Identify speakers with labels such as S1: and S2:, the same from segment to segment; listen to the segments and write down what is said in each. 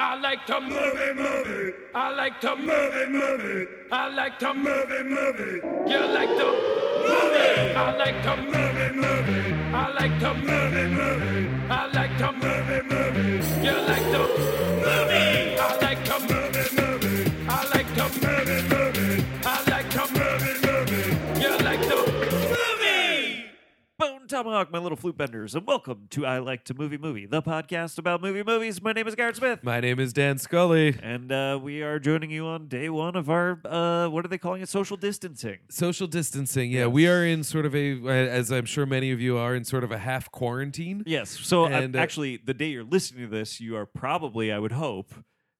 S1: I like to move it, move it. I like to move it, move it. I like to move it, move it. You like to move it. I like to move it, move it. I like to move it, move it. I like to move it, move it. You like to move it. I like to move it, move it. I like to move it, move it. I like to move it, move it. You like to move it.
S2: Bone Tomahawk, my little flute benders, and welcome to I Like to Movie Movie, the podcast about movie movies. My name is Garrett Smith.
S3: My name is Dan Scully.
S2: And uh, we are joining you on day one of our, uh, what are they calling it? Social distancing.
S3: Social distancing. Yeah, we are in sort of a, as I'm sure many of you are, in sort of a half quarantine.
S2: Yes. So uh,
S3: And, uh,
S2: actually, the day you're listening to this, you are probably, I would hope,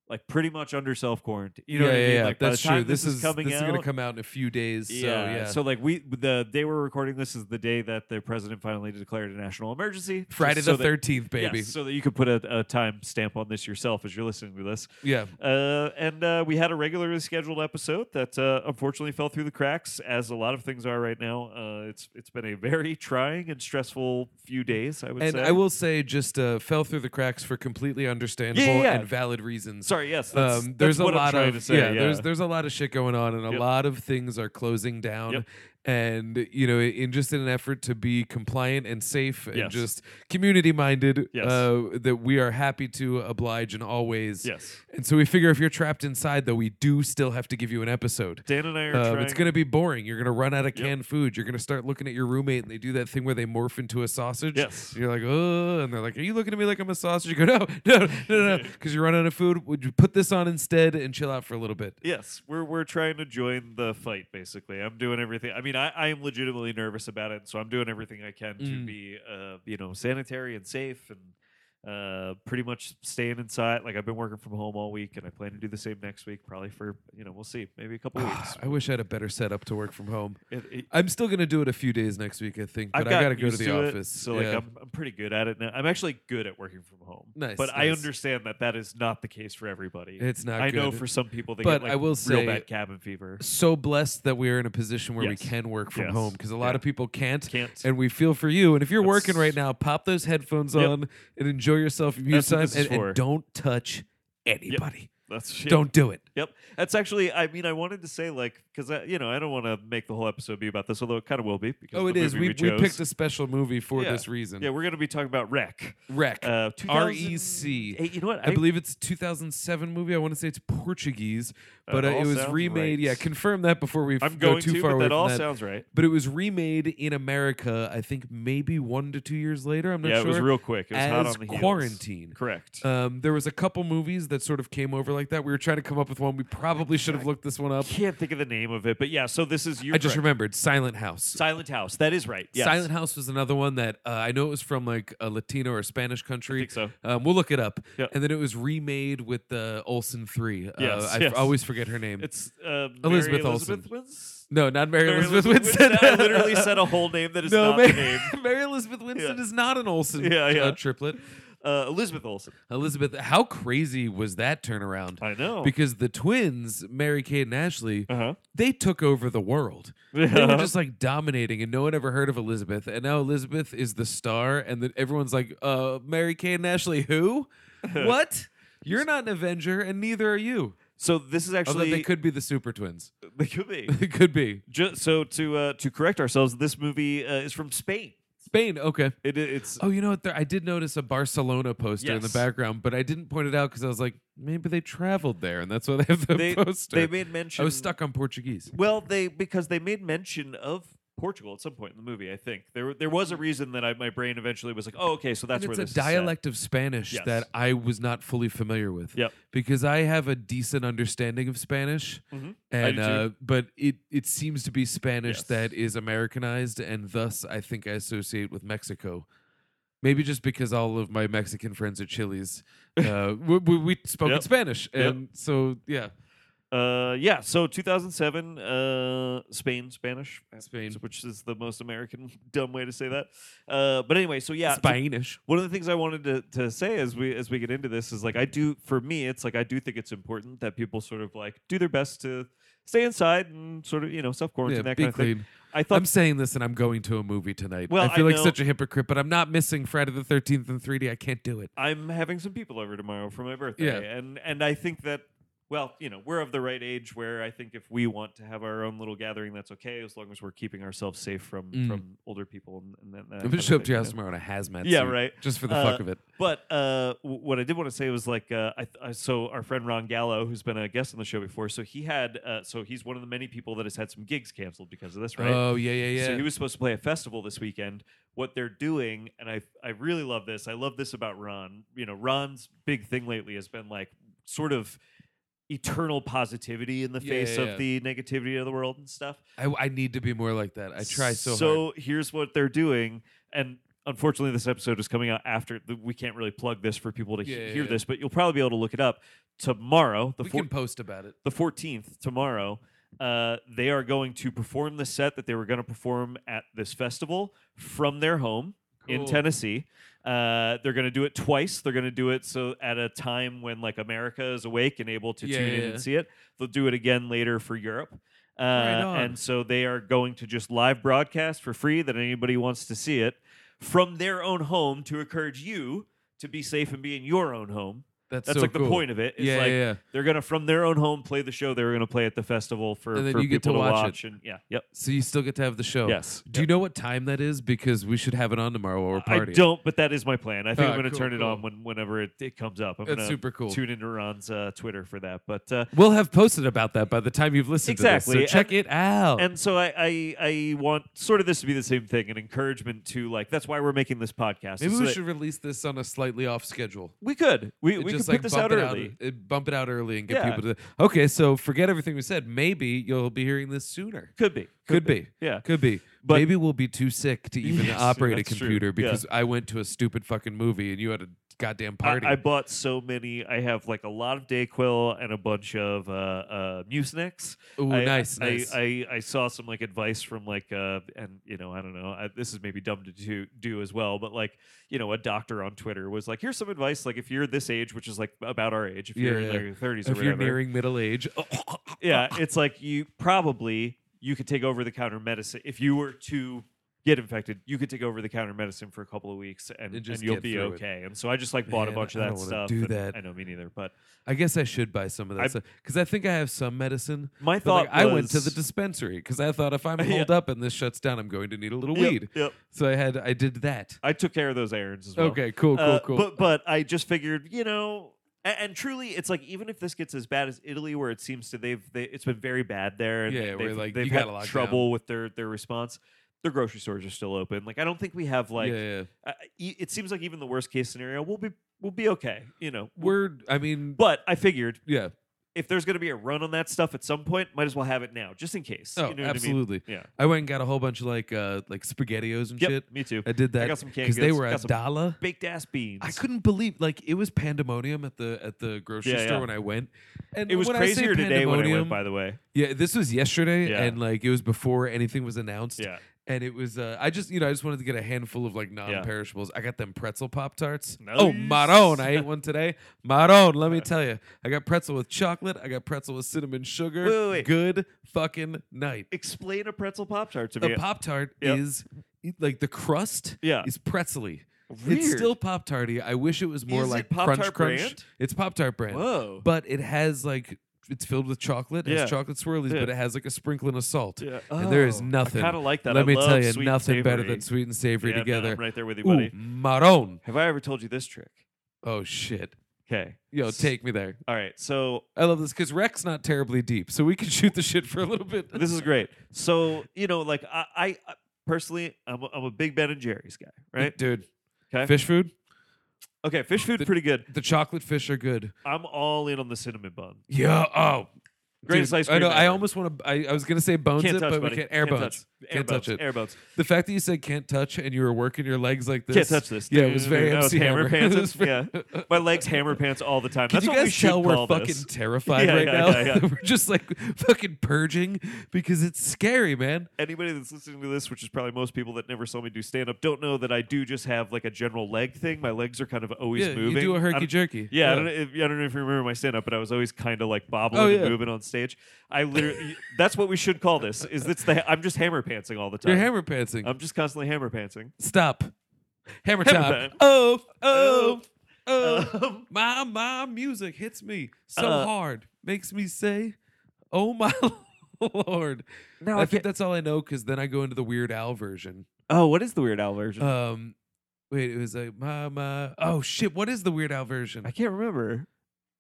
S2: like pretty much under self quarantine. You know what I mean? like, by the
S3: that's
S2: time
S3: true. This, is,
S2: coming
S3: this
S2: out.
S3: is going to come out in a few days. So,
S2: yeah.
S3: yeah.
S2: So like we the day we're recording this is the day that the president finally declared a national emergency. just
S3: Friday
S2: so
S3: the
S2: that-
S3: 13th, baby.
S2: Yes, so that you could put a, a time stamp on this yourself as you're listening to this.
S3: Yeah.
S2: Uh, and uh, we had a regularly scheduled episode that uh, unfortunately fell through the cracks, as a lot of things are right now. Uh, it's it's been a very trying and stressful few days. I would
S3: And
S2: say.
S3: I will say, just uh, fell through the cracks for completely understandable
S2: Yeah, yeah, yeah.
S3: and valid reasons.
S2: Sorry. Yes. That's,
S3: um,
S2: that's
S3: there's a
S2: what I'm
S3: lot
S2: trying
S3: of
S2: to say.
S3: yeah, There's there's a lot of shit going on, and a
S2: Yep.
S3: lot of things are closing down.
S2: Yep.
S3: And you know, in just in an effort to be compliant and safe and
S2: Yes.
S3: just community minded,
S2: Yes.
S3: uh, that we are happy to oblige in all ways.
S2: yes.
S3: And so we figure if you're trapped inside, though, we do still have to give you an episode.
S2: Dan and I are
S3: Um,
S2: trying.
S3: it's going to be boring. You're going to run out of canned food. You're going to start looking at your roommate, and they do that thing where they morph into a sausage.
S2: Yes.
S3: And you're like, oh, and they're like, are you looking at me like I'm a sausage? You go, no, no, no, no, because you run out of food. Would you put this on instead and chill out for a little bit?
S2: Yes, we're we're trying to join the fight. Basically, I'm doing everything. I mean, I, I am legitimately nervous about it, so I'm doing everything I can to
S3: Mm.
S2: be, uh, you know, sanitary and safe, and uh, pretty much staying inside. Like I've been working from home all week, and I plan to do the same next week, probably for you know, we'll see, maybe a couple weeks.
S3: Ah, I wish I had a better setup to work from home.
S2: It, it,
S3: I'm still going to do it a few days next week, I think,
S2: I've
S3: but I got to
S2: gotten
S3: go to
S2: used
S3: the
S2: it,
S3: office.
S2: so like
S3: Yeah.
S2: I'm, I'm pretty good at it now. I'm actually good at working from home,
S3: Nice,
S2: but I
S3: nice.
S2: understand that that is not the case for everybody.
S3: It's not
S2: I know
S3: good.
S2: for some people they
S3: But
S2: get like
S3: I will
S2: real
S3: say-
S2: bad cabin fever.
S3: so blessed that we are in a position where
S2: Yes.
S3: we can work from
S2: Yes.
S3: home because a lot
S2: Yeah.
S3: of people can't.
S2: Can't.
S3: And we feel for you. And if you're working
S2: That's-
S3: right now, pop those headphones
S2: Yep.
S3: on and enjoy yourself from your
S2: That's what
S3: time
S2: this is
S3: and, and
S2: for.
S3: don't touch anybody.
S2: That's yeah.
S3: Don't do it.
S2: Yep. That's actually, I mean, I wanted to say, like, because, you know, I don't want to make the whole episode be about this, although it kind of will be. Because
S3: Oh,
S2: of the
S3: it is.
S2: movie
S3: We,
S2: we,
S3: we picked
S2: chose.
S3: a special movie for
S2: Yeah.
S3: this reason.
S2: Yeah, we're going to be talking about Wreck.
S3: Wreck. E
S2: Uh, 2000
S3: R.E.C..
S2: Hey, you know what?
S3: I believe it's 2007 movie. I want to say it's Portuguese,
S2: That
S3: but uh,
S2: all
S3: it was
S2: sounds right.
S3: remade. Yeah, confirm that before we f-
S2: I'm
S3: go
S2: going
S3: too
S2: to,
S3: far
S2: but
S3: away
S2: that
S3: from
S2: all
S3: that.
S2: sounds right.
S3: but it was remade in America. I think maybe one to two years later. I'm not
S2: Yeah,
S3: sure.
S2: it was real quick. It was hot
S3: as
S2: on the heels.
S3: quarantine.
S2: Correct.
S3: Um, there was a couple movies that sort of came over like that. We were trying to come up with one. We probably should have looked this one up.
S2: Can't think of the name of it, but yeah, so this is you.
S3: I just remembered Silent House.
S2: Silent House. That is right. Yes.
S3: Silent House was another one that uh, I know it was from like a Latino or Spanish country.
S2: think so.
S3: Um, we'll look it up.
S2: Yeah.
S3: And then it was remade with the Olsen three. Uh,
S2: Yes,
S3: I f-
S2: yes.
S3: always forget her name.
S2: It's uh,
S3: Elizabeth
S2: Mary
S3: Olsen.
S2: Elizabeth Wins?
S3: no, not Mary,
S2: Mary
S3: Elizabeth, Winston.
S2: I literally said a whole name that is
S3: no,
S2: not
S3: Mary,
S2: the name.
S3: Mary Elizabeth Winston
S2: Yeah.
S3: is not an Olsen
S2: Yeah, yeah.
S3: Uh, triplet.
S2: Uh, Elizabeth Olsen.
S3: Elizabeth, how crazy was that turnaround?
S2: I know.
S3: Because the twins, Mary Kate and Ashley,
S2: uh-huh.
S3: they took over the world. They were just like dominating, and no one ever heard of Elizabeth. And now Elizabeth is the star, and then everyone's like, "Uh, Mary Kay and Ashley, who? what? You're not an Avenger, and neither are you.
S2: So this is
S3: Although
S2: actually
S3: Oh, they could be the Super Twins.
S2: they could be.
S3: They could be
S2: Ju- so to uh, to correct ourselves, this movie uh, is from Spain.
S3: Spain. Okay.
S2: It, it's
S3: Oh, you know what? There, I did notice a Barcelona poster in the
S2: Yes.
S3: background, but I didn't point it out because I was like, maybe they traveled there, and that's why they have the
S2: they
S3: poster.
S2: they made mention.
S3: I was stuck on Portuguese.
S2: Well, they because they made mention of Portugal at some point in the movie. I think there there was a reason that I, my brain eventually was like, oh, okay, so that's
S3: Mm-hmm. And
S2: where
S3: it's
S2: this
S3: a
S2: is set.
S3: dialect of Spanish
S2: Yes.
S3: that I was not fully familiar with.
S2: Yep.
S3: Because I have a decent understanding of Spanish,
S2: Mhm. I
S3: and
S2: do too.
S3: uh, but it it seems to be Spanish
S2: Yes.
S3: that is Americanized, and thus I think I associate with Mexico. Maybe just because all of my Mexican friends are Chilis, uh, we, we, we spoke in
S2: Yep.
S3: Spanish,
S2: Yep.
S3: and so yeah,
S2: Uh, yeah. So 2007, uh, Spain, Spanish,
S3: Spain.
S2: which is the most American dumb way to say that. Uh, but anyway, so yeah, so
S3: Spanish.
S2: one of the things I wanted to, to say as we as we get into this is like I do for me it's like I do think it's important that people sort of like do their best to stay inside and sort of you know self quarantine
S3: Yeah,
S2: that
S3: be
S2: kind of thing.
S3: clean.
S2: I thought
S3: I'm saying this, and I'm going to a movie tonight.
S2: Well,
S3: I feel
S2: I
S3: like
S2: know-
S3: such a hypocrite, but I'm not missing Friday the 13th in 3D. I can't do it.
S2: I'm having some people over tomorrow for my birthday,
S3: Yeah.
S2: and and I think that well, you know, we're of the right age where I think if we want to have our own little gathering, that's okay, as long as we're keeping ourselves safe from
S3: Mm.
S2: from older people. And, and that, that
S3: I'm
S2: kind
S3: gonna
S2: of
S3: show up
S2: thing,
S3: to your
S2: you
S3: house
S2: know?
S3: tomorrow in a hazmat
S2: Yeah,
S3: suit,
S2: right.
S3: Just for the
S2: Uh,
S3: fuck of it.
S2: But uh, w- what I did want to say was like, uh, I, th- I so our friend Ron Gallo, who's been a guest on the show before, so he had, uh, so he's one of the many people that has had some gigs canceled because of this, right?
S3: Oh yeah, yeah, yeah.
S2: So he was supposed to play a festival this weekend. What they're doing, and I I really love this. I love this about Ron. You know, Ron's big thing lately has been like sort of eternal positivity in the
S3: Yeah,
S2: face
S3: yeah,
S2: of
S3: yeah.
S2: the negativity of the world and stuff.
S3: I, I need to be more like that. I try so, hard.
S2: So here's what they're doing, and unfortunately, this episode is coming out after. The, we can't really plug this for people to he-
S3: Yeah, yeah,
S2: hear
S3: yeah.
S2: this, but you'll probably be able to look it up tomorrow. The
S3: we
S2: four-
S3: can post about it.
S2: the 14th tomorrow uh, they are going to perform the set that they were going to perform at this festival from their home in
S3: Cool.
S2: tennessee uh, they're going to do it twice they're going to do it so at a time when like america is awake and able to
S3: Yeah,
S2: tune
S3: yeah,
S2: in
S3: yeah.
S2: and see it they'll do it again later for europe uh,
S3: Right on.
S2: and so they are going to just live broadcast for free that anybody wants to see it from their own home to encourage you to be safe and be in your own home
S3: That's,
S2: that's
S3: so
S2: like
S3: cool.
S2: the point of it. It's
S3: Yeah,
S2: like
S3: yeah, yeah.
S2: they're gonna from their own home play the show they were gonna play at the festival for,
S3: And then
S2: for
S3: you get to
S2: people
S3: watch it.
S2: and yeah, yep.
S3: So you still get to have the show.
S2: Yes.
S3: Do you know what time that is? Because we should have it on tomorrow while we're
S2: I
S3: partying.
S2: don't, but that is my plan. I think
S3: Ah,
S2: I'm gonna
S3: cool,
S2: turn it
S3: cool.
S2: on when whenever it, it comes up. I'm
S3: That's
S2: gonna
S3: super cool.
S2: tune into Ron's uh, Twitter for that. But uh,
S3: We'll have posted about that by the time you've listened to
S2: Exactly.
S3: this. So check it out.
S2: and so I, I I want sort of this to be the same thing, an encouragement to like that's why we're making this podcast.
S3: Maybe
S2: is
S3: we
S2: that-
S3: should release this on a slightly off schedule.
S2: we could. We
S3: It
S2: we could
S3: just
S2: put
S3: like
S2: this
S3: bump
S2: out
S3: it
S2: early.
S3: uh, bump it out early and get
S2: Yeah.
S3: people to. Okay, so forget everything we said. Maybe you'll be hearing this sooner.
S2: Could be.
S3: Could be.
S2: Yeah.
S3: Could be.
S2: But-
S3: Maybe we'll be too sick to even
S2: Yes,
S3: operate a
S2: that's true.
S3: computer
S2: Yeah.
S3: because I went to a stupid fucking movie and you had a goddamn
S2: I-
S3: party.
S2: I, bought so many. I have like a lot of Dayquil and a bunch of uh, uh, Mucinex.
S3: Ooh,
S2: I,
S3: nice,
S2: I,
S3: nice.
S2: I, I saw some like advice from like uh, and you know I don't know. I, this is maybe dumb to do, do as well, but like you know a doctor on Twitter was like, here's some advice. Like if you're this age, which is like about our age, if you're
S3: Yeah,
S2: in
S3: yeah.
S2: your 30s or
S3: if you're
S2: whatever,
S3: nearing middle age, oh,
S2: yeah, it's like you probably you could take over the counter medicine if you were to get infected. You could take over the counter medicine for a couple of weeks and,
S3: And
S2: and,
S3: just
S2: you'll
S3: get
S2: be
S3: through it.
S2: okay. And so I just like bought
S3: Man,
S2: a bunch of
S3: I
S2: that
S3: don't wanna
S2: stuff.
S3: do
S2: and
S3: that.
S2: I know me neither, but
S3: I guess I should buy some of that
S2: I-
S3: stuff because I think I have some medicine.
S2: my
S3: But like,
S2: thought
S3: I went to
S2: was-
S3: the dispensary because I thought if I'm
S2: Yeah.
S3: holed up and this shuts down, I'm going to need a little
S2: Yep,
S3: weed.
S2: Yep,
S3: So I had I did that.
S2: I took care of those errands as well.
S3: Okay, cool, cool,
S2: Uh,
S3: cool.
S2: But but I just figured, you know, and, and truly, it's like even if this gets as bad as Italy, where it seems to they've they, it's been very bad there, and
S3: Yeah, where,
S2: they've,
S3: like,
S2: they've
S3: you
S2: had
S3: gotta lock
S2: trouble with their their response. Their grocery stores are still open. Like I don't think we have like
S3: yeah, yeah.
S2: uh, e- it seems like even the worst case scenario, we'll be we'll be okay. You know,
S3: we're I mean
S2: but I figured
S3: yeah.
S2: if there's going to be a run on that stuff at some point, might as well have it now, just in case.
S3: Oh,
S2: you know
S3: absolutely.
S2: What I mean? Yeah.
S3: I went and got a whole bunch of like uh like spaghettios and
S2: Yep.
S3: shit.
S2: Me too.
S3: I did
S2: I
S3: that
S2: got some canned
S3: because they
S2: goods,
S3: were a
S2: got some-
S3: dollar.
S2: Baked ass beans.
S3: I couldn't believe like it was pandemonium at the at the grocery
S2: Yeah,
S3: store
S2: yeah.
S3: when I went. And
S2: It was
S3: when I say
S2: crazier today when I
S3: pandemonium-
S2: went. By the way.
S3: Yeah, this was yesterday
S2: Yeah.
S3: and like it was before anything was announced.
S2: Yeah.
S3: And it was uh, I just you know, I just wanted to get a handful of like non-perishables. I got them pretzel pop tarts. Oh,
S2: Nice.
S3: maron. I ate one today. Maron, let me tell you. I got pretzel with chocolate, I got pretzel with cinnamon sugar.
S2: Wait, wait, wait.
S3: Good fucking night.
S2: Explain a pretzel pop tart to
S3: The
S2: me.
S3: pop tart
S2: Yep.
S3: is like the crust
S2: Yeah.
S3: is pretzely.
S2: Weird.
S3: It's still Pop Tarty. I wish it was more
S2: Is it
S3: like
S2: Pop-Tart
S3: Crunch Crunch.
S2: brand?
S3: It's Pop Tart brand.
S2: Whoa.
S3: But it has like it's filled with chocolate. It
S2: Yeah.
S3: has chocolate swirlies,
S2: Yeah.
S3: but it has like a sprinkling of salt.
S2: Yeah.
S3: And there is
S2: Oh. I
S3: nothing.
S2: kinda like that.
S3: Let
S2: I
S3: me
S2: love
S3: tell you,
S2: sweet and
S3: nothing better
S2: savory.
S3: than sweet and savory
S2: Yeah, no,
S3: together.
S2: I'm right there with you,
S3: Ooh,
S2: buddy.
S3: maron.
S2: Have I ever told you this trick?
S3: Oh shit.
S2: Okay.
S3: Yo, take me there.
S2: All right. So
S3: I love this because Rec's not terribly deep, so we can shoot the shit for a little bit.
S2: this is great. So you know, like I, I I- personally, I'm a, I'm a big Ben and Jerry's guy, right?
S3: dude.
S2: 'Kay.
S3: Fish food.
S2: Okay, fish food
S3: The-
S2: pretty good.
S3: The chocolate fish are good.
S2: I'm all in on the cinnamon bun.
S3: Yeah. Oh.
S2: Greatest ice
S3: I know.
S2: cream
S3: I
S2: ever.
S3: almost want to. I, I was gonna say bones
S2: Can't
S3: it,
S2: touch,
S3: but we
S2: buddy.
S3: can't air
S2: Can't
S3: bones.
S2: touch. air
S3: Can't touch
S2: boats,
S3: it.
S2: Air boats.
S3: The fact that you said can't touch and you were working your legs like this.
S2: Can't touch this.
S3: Yeah, it was very
S2: That
S3: MC
S2: hammer
S3: Hammer.
S2: pants.
S3: It was very-
S2: yeah, my legs hammer pants all the time.
S3: Can
S2: That's
S3: you
S2: what we
S3: guys
S2: should
S3: tell we're
S2: call
S3: fucking
S2: this.
S3: terrified
S2: Yeah,
S3: right
S2: yeah,
S3: now?
S2: yeah, yeah.
S3: we're just like fucking purging because it's scary, man.
S2: Anybody that's listening to this, which is probably most people that never saw me do stand up, don't know that I do just have like a general leg thing. My legs are kind of always
S3: yeah,
S2: moving.
S3: you do a
S2: I
S3: herky
S2: don't-
S3: jerky. Uh,
S2: Yeah, I don't know. If, I don't know if you remember my stand up, but I was always kind of like bobbling
S3: Oh, yeah.
S2: and moving on stage. I literally. that's what we should call this. Is it's the I'm just hammer pantsing all the time.
S3: You're hammer pantsing.
S2: I'm just constantly hammer pantsing.
S3: Stop.
S2: Hammer
S3: Hammer time.
S2: time.
S3: Oh, oh, oh.
S2: Um,
S3: my, my music hits me so
S2: Uh,
S3: hard. Makes me say, oh my lord.
S2: no,
S3: I think that's all I know because then I go into the Weird Al version.
S2: Oh, what is the Weird Al version?
S3: Um, Wait, it was like, my, my. Oh, shit. What is the Weird Al version?
S2: I can't remember.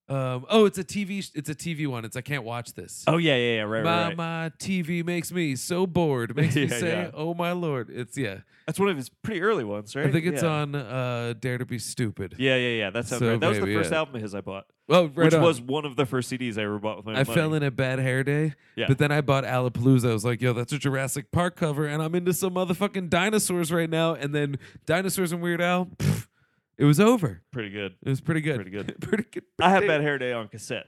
S3: Um, oh, it's a TV. sh- It's a TV one. It's I can't watch this.
S2: Oh yeah, yeah, yeah, right,
S3: my
S2: right. right.
S3: my TV makes me so bored. Makes me
S2: Yeah,
S3: say,
S2: yeah.
S3: "Oh my lord!" It's yeah.
S2: That's one of his pretty early ones, right?
S3: I think it's
S2: yeah.
S3: on uh, Dare to Be Stupid.
S2: Yeah, yeah, yeah. That sounds
S3: So
S2: right. That was the
S3: maybe,
S2: first
S3: yeah.
S2: album of his I bought,
S3: Oh, right
S2: which
S3: on.
S2: was one of the first CDs I ever bought with my.
S3: I fell in a bad hair day,
S2: Yeah.
S3: but then I bought Alapalooza. I was like, "Yo, that's a Jurassic Park cover," and I'm into some motherfucking dinosaurs right now. And then dinosaurs and Weird Al, pff, it was over.
S2: pretty good.
S3: It was pretty good.
S2: Pretty good.
S3: pretty good.
S2: I had
S3: pretty-
S2: Bad Hair Day on cassette.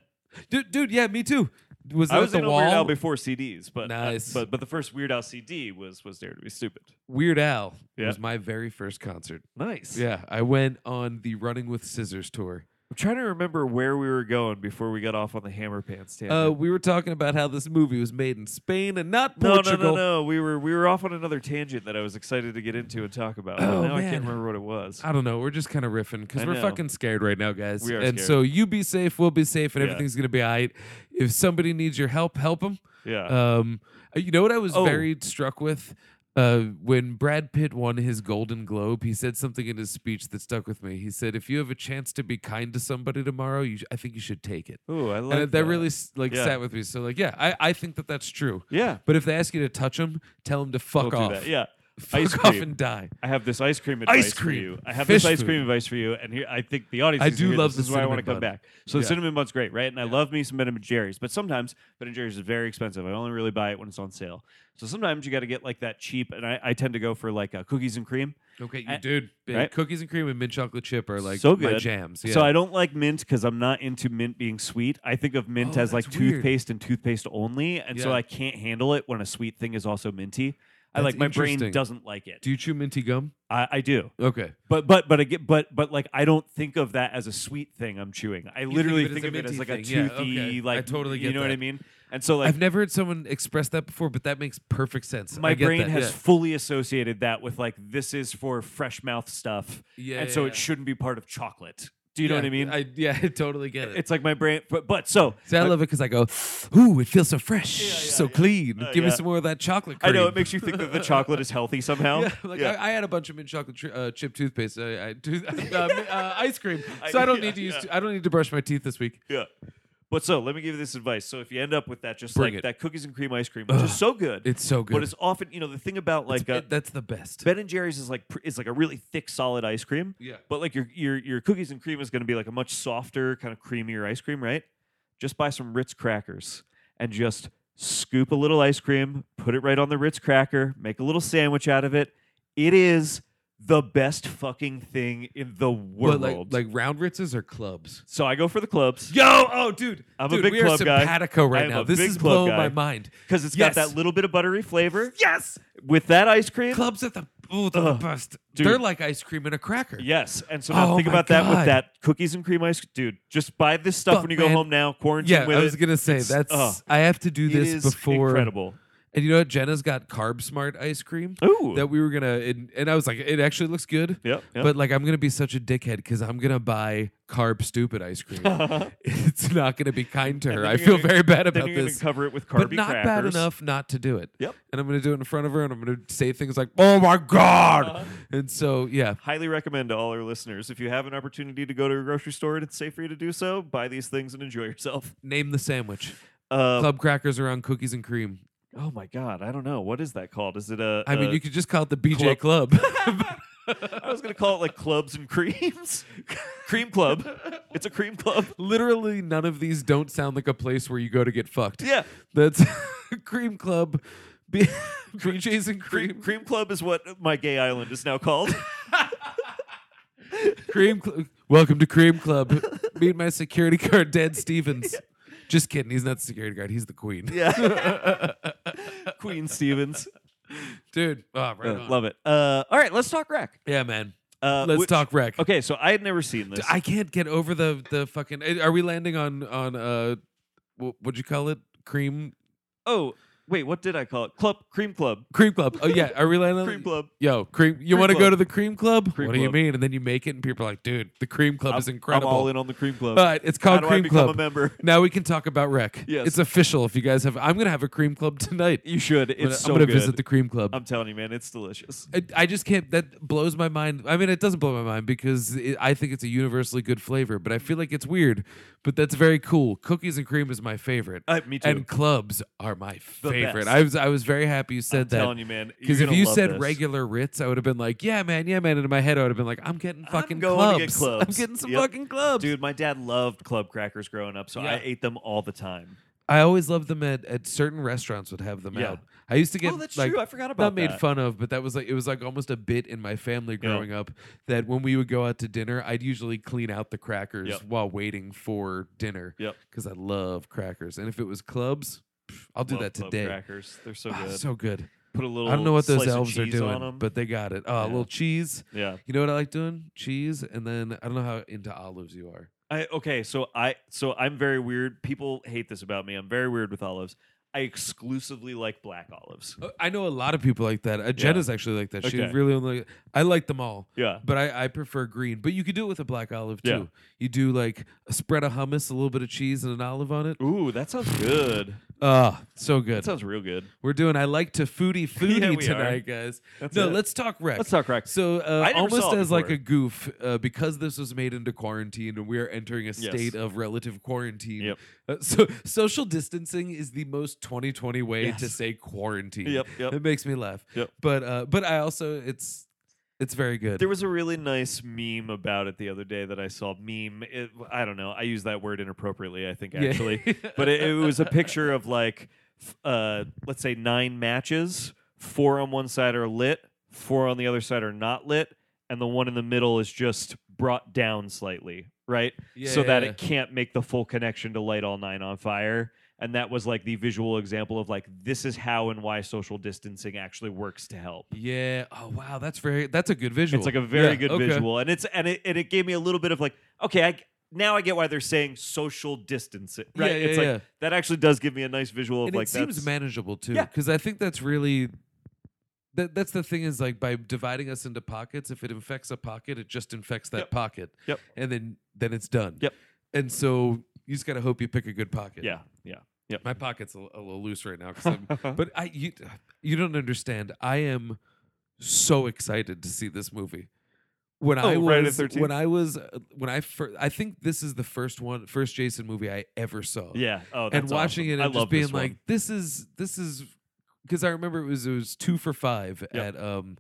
S3: Dude, dude, yeah, me too. Was that
S2: I was
S3: the
S2: in
S3: wall?
S2: Weird Al before CDs, but uh,
S3: Nice.
S2: but but the first Weird Al CD was was Dare to Be Stupid.
S3: Weird Al
S2: Yeah.
S3: was my very first concert.
S2: Nice.
S3: Yeah, I went on the Running with Scissors tour.
S2: I'm trying to remember where we were going before we got off on the Hammer Pants tangent.
S3: Uh, we were talking about how this movie was made in Spain and not
S2: no, no, no,
S3: Portugal.
S2: no. We were we were off on another tangent that I was excited to get into and talk about. but
S3: Oh,
S2: now I
S3: man.
S2: can't remember what it was.
S3: I don't know. We're just kind of riffing
S2: I
S3: because we're
S2: know.
S3: fucking scared right now, guys.
S2: We are
S3: and
S2: scared.
S3: so you be safe, we'll be safe, and
S2: Yeah.
S3: everything's gonna be all right. If somebody needs your help, help them.
S2: yeah.
S3: Um, uh, you know what I was
S2: Oh.
S3: very struck with uh, when Brad Pitt won his Golden Globe. He said something in his speech that stuck with me. He said, "If you have a chance to be kind to somebody tomorrow, you sh- I think you should take it."
S2: Ooh, I like
S3: and that, really s- like
S2: Yeah.
S3: sat with me. So like, yeah, I, I think that that's true.
S2: Yeah.
S3: But if they ask you to touch them, tell them to fuck
S2: Don't
S3: off.
S2: do that. Yeah.
S3: fuck
S2: Ice
S3: off
S2: cream.
S3: and die.
S2: I have this ice cream advice
S3: Ice
S2: for
S3: cream.
S2: you. I have this
S3: Fish
S2: ice cream
S3: food.
S2: advice for you, and here, I think the audience.
S3: I
S2: needs to
S3: do
S2: hear
S3: love
S2: this.
S3: the
S2: This is why I want to
S3: cinnamon
S2: come
S3: bun.
S2: back. So the
S3: Yeah.
S2: cinnamon bun's great, right? And I love me some Ben and Jerry's, but sometimes Ben and Jerry's is very expensive. I only really buy it when it's on sale. So sometimes you got to get like that cheap, and I, I tend to go for like uh, cookies and cream.
S3: Okay, you
S2: I-
S3: dude. big
S2: right?
S3: Cookies and cream and mint chocolate chip are like
S2: so good.
S3: my jams. Yeah.
S2: So I don't like mint because I'm not into mint being sweet. I think of mint
S3: Oh,
S2: as like
S3: that's weird.
S2: toothpaste and toothpaste only, and so
S3: Yeah.
S2: I can't handle it when a sweet thing is also minty. I
S3: That's
S2: like my brain
S3: interesting.
S2: doesn't like it.
S3: do you chew minty gum?
S2: I, I do.
S3: Okay.
S2: But but but again, but but like I don't think of that as a sweet thing I'm chewing. I literally
S3: think
S2: think
S3: of
S2: of
S3: it
S2: it as
S3: as a
S2: like a
S3: minty thing. Yeah,
S2: toothy,
S3: okay.
S2: like
S3: I totally
S2: you
S3: get
S2: know what I
S3: that.
S2: mean. And so like
S3: I've never heard someone express that before, but that makes perfect sense. I
S2: my
S3: get
S2: brain
S3: that,
S2: has
S3: yeah.
S2: fully associated that with like this is for fresh mouth stuff,
S3: Yeah,
S2: and
S3: yeah,
S2: so
S3: yeah.
S2: it shouldn't be part of chocolate. Do you know what I mean?
S3: yeah, I totally get it.
S2: it's like my brain, but but so
S3: See, I love it because I go, ooh, it feels so fresh,
S2: Yeah, yeah,
S3: so
S2: yeah.
S3: clean.
S2: Uh,
S3: Give me
S2: yeah.
S3: some more of that chocolate
S2: I
S3: cream.
S2: know it makes you think that the chocolate is healthy somehow.
S3: Yeah, like
S2: Yeah.
S3: I, I had a bunch of mint chocolate tri- uh, chip toothpaste, I, I tooth- uh, uh, ice cream,
S2: I-
S3: so I, don't
S2: yeah,
S3: need to use.
S2: yeah.
S3: t- I don't need to brush my teeth this week.
S2: Yeah. But so let me give you this advice. So if you end up with that, just
S3: Bring
S2: like
S3: it.
S2: that cookies and cream ice cream, which is so good,
S3: It's so good.
S2: But it's often, you know, the thing about like uh,
S3: It- that's the best.
S2: Ben and Jerry's is like pr- is like a really thick, solid ice cream.
S3: Yeah.
S2: But like your your your cookies and cream is going to be like a much softer, kind of creamier ice cream, right? Just buy some Ritz crackers and just scoop a little ice cream, put it right on the Ritz cracker, make a little sandwich out of it. It is the best fucking thing in the
S3: But
S2: world.
S3: like, like round ritzes or clubs.
S2: so I go for the clubs.
S3: Yo, oh, dude,
S2: I'm a
S3: dude,
S2: big
S3: we
S2: club
S3: are
S2: guy.
S3: simpatico
S2: I
S3: right
S2: am
S3: now.
S2: a
S3: This
S2: big
S3: is
S2: club
S3: blowing
S2: guy.
S3: my mind.
S2: Because it's got
S3: Yes.
S2: that little bit of buttery flavor.
S3: Yes,
S2: With that ice cream.
S3: clubs at the oh, they're the best.
S2: dude.
S3: They're like ice cream and a cracker.
S2: Yes. And so now
S3: Oh
S2: think
S3: my
S2: about that with
S3: God.
S2: that cookies and cream ice. Dude, just buy this stuff
S3: Fuck,
S2: when you go
S3: man.
S2: home now. Quarantine
S3: yeah.
S2: with
S3: I was
S2: it.
S3: gonna say
S2: It's-
S3: that's.
S2: oh,
S3: I have to do
S2: it
S3: this
S2: is
S3: before.
S2: incredible.
S3: And you know what? Jenna's got carb smart ice cream
S2: Ooh.
S3: that we were gonna. And, and I was like, it actually looks good.
S2: Yep, yep.
S3: But like, I'm gonna be such a dickhead because I'm gonna buy carb stupid ice cream. it's not gonna be kind to
S2: And
S3: her.
S2: then
S3: I
S2: you're
S3: feel
S2: gonna-
S3: very bad
S2: then
S3: about
S2: you're gonna
S3: this.
S2: cover it with
S3: but
S2: Carby
S3: not bad
S2: crackers.
S3: enough not to do it.
S2: Yep.
S3: And I'm gonna do it in front of her, and I'm gonna say things like, "Oh my god,"
S2: Uh-huh.
S3: and so yeah.
S2: Highly recommend to all our listeners if you have an opportunity to go to a grocery store and it's safe for you to do so, buy these things and enjoy yourself.
S3: Name the sandwich.
S2: Uh,
S3: Club crackers around cookies and cream.
S2: oh my God, I don't know what is that called? Is it a?
S3: I mean,
S2: a-
S3: you could just call it the BJ Club.
S2: I was gonna call it like clubs and creams, cream club. It's a cream club.
S3: Literally, none of these don't sound like a place where you go to get fucked.
S2: Yeah,
S3: That's Cream Club, B- BJ's and
S2: Cream,
S3: cream.
S2: cream Club is what my gay island is now called.
S3: Cream. Cl- Welcome to Cream Club. Meet my security guard, Dan Stevens. Just kidding. He's not the security guard. He's the queen.
S2: yeah. Queen Stevens.
S3: Dude. Oh, right
S2: Uh,
S3: on.
S2: love it. Uh, all right, let's talk wreck.
S3: Yeah, man.
S2: Uh,
S3: Let's
S2: which-
S3: talk wreck.
S2: Okay, so I had never seen this.
S3: I can't get over the the fucking. eh, Are we landing on on uh, what would you call it? Cream
S2: oh, wait, what did I call it? Club Cream Club.
S3: cream club. Oh yeah, are we landing? on-
S2: Cream Club.
S3: Yo, cream. You
S2: Cream
S3: want to go
S2: club.
S3: to the cream club?
S2: Cream
S3: what do you
S2: club.
S3: mean? And then you make it, and people are like, "Dude, the cream club
S2: I'm-
S3: is incredible."
S2: I'm all in on the Cream Club.
S3: All right, it's
S2: How
S3: called
S2: do I
S3: cream
S2: become a
S3: club.
S2: member?
S3: Now we can talk about rec.
S2: Yes.
S3: it's official. If you guys have, I'm gonna have a cream club tonight.
S2: You should. It's
S3: I'm gonna,
S2: so
S3: I'm gonna
S2: good.
S3: visit the cream club.
S2: I'm telling you, man, it's delicious.
S3: I, I just can't. That blows my mind. I mean, it doesn't blow my mind because it, I think it's a universally good flavor, but I feel like it's weird. But that's very cool. Cookies and cream is my favorite.
S2: Uh, me too.
S3: And clubs are my
S2: The
S3: favorite.
S2: best.
S3: I was I was very happy you said
S2: I'm
S3: that.
S2: telling you, man, you're
S3: Because if
S2: gonna
S3: you
S2: love
S3: said
S2: this.
S3: regular Ritz, I would have been like, yeah, man, yeah, man. And in my head, I would have been like, I'm getting fucking
S2: I'm going
S3: clubs.
S2: to get clubs.
S3: I'm getting some
S2: Yep.
S3: fucking clubs.
S2: Dude, my dad loved club crackers growing up, so I
S3: Yeah.
S2: ate them all the time.
S3: I always loved them at, at certain restaurants would have them
S2: Yeah.
S3: out. I used to get
S2: oh, that's
S3: like
S2: true. I forgot
S3: not
S2: about
S3: made
S2: that.
S3: fun of, but that was like it was like almost a bit in my family
S2: Yeah.
S3: growing up that when we would go out to dinner, I'd usually clean out the crackers
S2: Yep.
S3: while waiting for dinner.
S2: Yep.
S3: Because I love crackers, and if it was clubs, pff, I'll do
S2: Love
S3: that
S2: club
S3: today.
S2: Crackers, they're so
S3: Ah,
S2: good.
S3: so good.
S2: Put a little.
S3: I don't know what those
S2: slice of
S3: elves are
S2: cheese on
S3: doing,
S2: 'em.
S3: but they got it. Oh, a
S2: Yeah.
S3: little cheese.
S2: yeah.
S3: You know what I like doing? Cheese, and then I don't know how into olives you are.
S2: I okay. So I so I'm very weird. People hate this about me. I'm very weird with olives. I exclusively like black olives.
S3: Uh, I know a lot of people like that. Uh, Jenna's actually like that. She
S2: Okay.
S3: really only. I like them all.
S2: Yeah.
S3: But I, I prefer green. But you could do it with a black olive too.
S2: Yeah.
S3: You do like a spread of hummus, a little bit of cheese, and an olive on it.
S2: Ooh, that sounds good.
S3: Ah, so good.
S2: That sounds real good.
S3: We're doing. I like to foodie foodie
S2: Yeah, we are.
S3: tonight, guys.
S2: That's
S3: no,
S2: it.
S3: let's talk wreck.
S2: Let's talk cracks.
S3: So uh,
S2: I never saw
S3: almost
S2: it
S3: as like
S2: before.
S3: a goof, uh, because this was made into quarantine and we are entering a state of relative quarantine.
S2: Yep.
S3: Uh, so social distancing is the most 2020 way to
S2: Yes.
S3: say quarantine.
S2: Yep, yep.
S3: It makes me laugh.
S2: Yep.
S3: But uh, but I also it's it's very good.
S2: There was a really nice meme about it the other day that I saw. Meme, it, I don't know. I use that word inappropriately. I think
S3: Yeah.
S2: actually, but it, it was a picture of like, f- uh, let's say nine matches. Four on one side are lit. Four on the other side are not lit, and the one in the middle is just brought down slightly, right?
S3: Yeah,
S2: so that
S3: yeah.
S2: it can't make the full connection to light all nine on fire. And that was like the visual example of like this is how and why social distancing actually works to help.
S3: yeah. Oh wow, that's very that's a good visual.
S2: It's like a very
S3: Yeah,
S2: good
S3: okay.
S2: visual, and it's and it and it gave me a little bit of like, okay, I now I get why they're saying social distancing, right?
S3: Yeah, yeah,
S2: it's
S3: yeah.
S2: like that actually does give me a nice visual of
S3: and
S2: like
S3: it seems
S2: that's-
S3: manageable too
S2: Yeah.
S3: because i think that's really that, that's the thing is like by dividing us into pockets if it infects a pocket it just infects that
S2: Yep.
S3: pocket
S2: Yep.
S3: and then then it's done
S2: Yep.
S3: and so you just gotta hope you pick a good pocket
S2: yeah, yeah,
S3: my pocket's a, a little loose right now 'cause I'm, but i you you don't understand i am so excited to see this movie when I
S2: Oh, Friday the
S3: was
S2: 13th?
S3: when I was uh, when I first I think this is the first one first Jason movie I ever saw
S2: yeah. Oh, that's
S3: and watching
S2: awesome.
S3: it
S2: I
S3: and
S2: love
S3: just
S2: this
S3: being
S2: one.
S3: like, this is this is because I remember it was it was two for five
S2: Yep.
S3: at um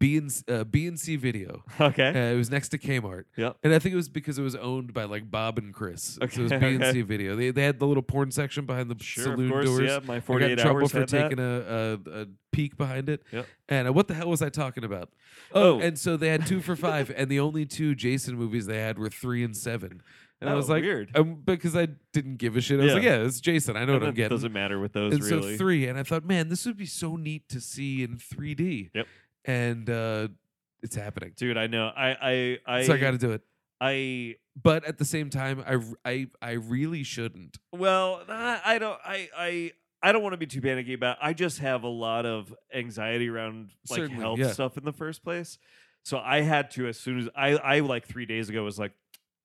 S3: B and uh, B and C Video. Uh,
S2: okay,
S3: it was next to Kmart.
S2: Yep.
S3: And I think it was because it was owned by like Bob and Chris. So it was
S2: Okay,
S3: B and
S2: okay.
S3: C Video. They, they had the little porn section behind the
S2: sure,
S3: saloon
S2: of course,
S3: doors.
S2: yeah. My
S3: I got in
S2: forty-eight
S3: trouble
S2: hours
S3: for
S2: had
S3: taking
S2: that.
S3: a, a a peek behind it.
S2: Yep.
S3: And uh, what the hell was I talking about?
S2: Oh.
S3: and so they had two for five, and the only two Jason movies they had were three and seven. And I
S2: Oh,
S3: was like,
S2: weird.
S3: um, because I didn't give a shit. I was
S2: Yeah.
S3: like, yeah, it's Jason. I
S2: And
S3: know what I'm
S2: that
S3: getting.
S2: doesn't matter with those
S3: and
S2: really.
S3: so three, and I thought, man, this would be so neat to see in 3D.
S2: Yep.
S3: And uh, it's happening.
S2: Dude, I know. I I I
S3: so I got to do it.
S2: I
S3: But at the same time, I, r- I, I really shouldn't.
S2: Well, nah, I don't. I I I don't want to be too panicky about. It. I just have a lot of anxiety around like
S3: Certainly,
S2: health
S3: yeah.
S2: stuff in the first place. So I had to as soon as I I like three days ago was like,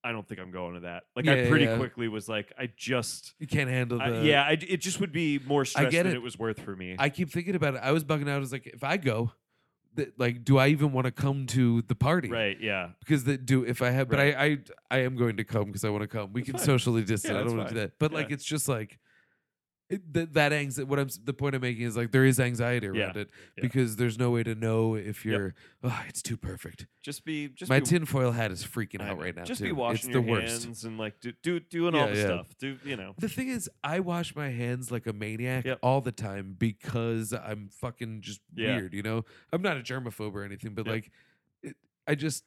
S2: I don't think I'm going to that. Like
S3: Yeah,
S2: I pretty
S3: yeah.
S2: quickly was like, I just
S3: You can't handle the.
S2: I- yeah. I, it just would be more stress
S3: get
S2: than
S3: it.
S2: it. was worth for me.
S3: I keep thinking about it. I was bugging out. I was like, if I go, th- like, do I even want to come to the party?
S2: right? Yeah.
S3: Because that do if I have, but I, I I am going to come because I want to come. We
S2: That's
S3: can
S2: fine.
S3: socially distance.
S2: Yeah,
S3: I
S2: that's
S3: don't want to do
S2: fine.
S3: that. But
S2: Yeah.
S3: like, it's just like, it, th- that anxiety. What I'm s- the point I'm making is like there is anxiety around
S2: Yeah.
S3: it
S2: Yeah.
S3: because there's no way to know if you're. Oh, it's too perfect.
S2: Just be just
S3: My
S2: be,
S3: tinfoil hat is freaking
S2: I
S3: out
S2: know.
S3: right now.
S2: Just
S3: too.
S2: be
S3: It's
S2: washing
S3: the
S2: your
S3: worst.
S2: hands and like do, do doing all
S3: Yeah,
S2: the
S3: yeah.
S2: stuff. Do you know?
S3: The thing is, I wash my hands like a maniac
S2: Yep.
S3: all the time because I'm fucking just
S2: Yeah.
S3: weird, you know? I'm not a germaphobe or anything, but
S2: Yep.
S3: like, it, I just,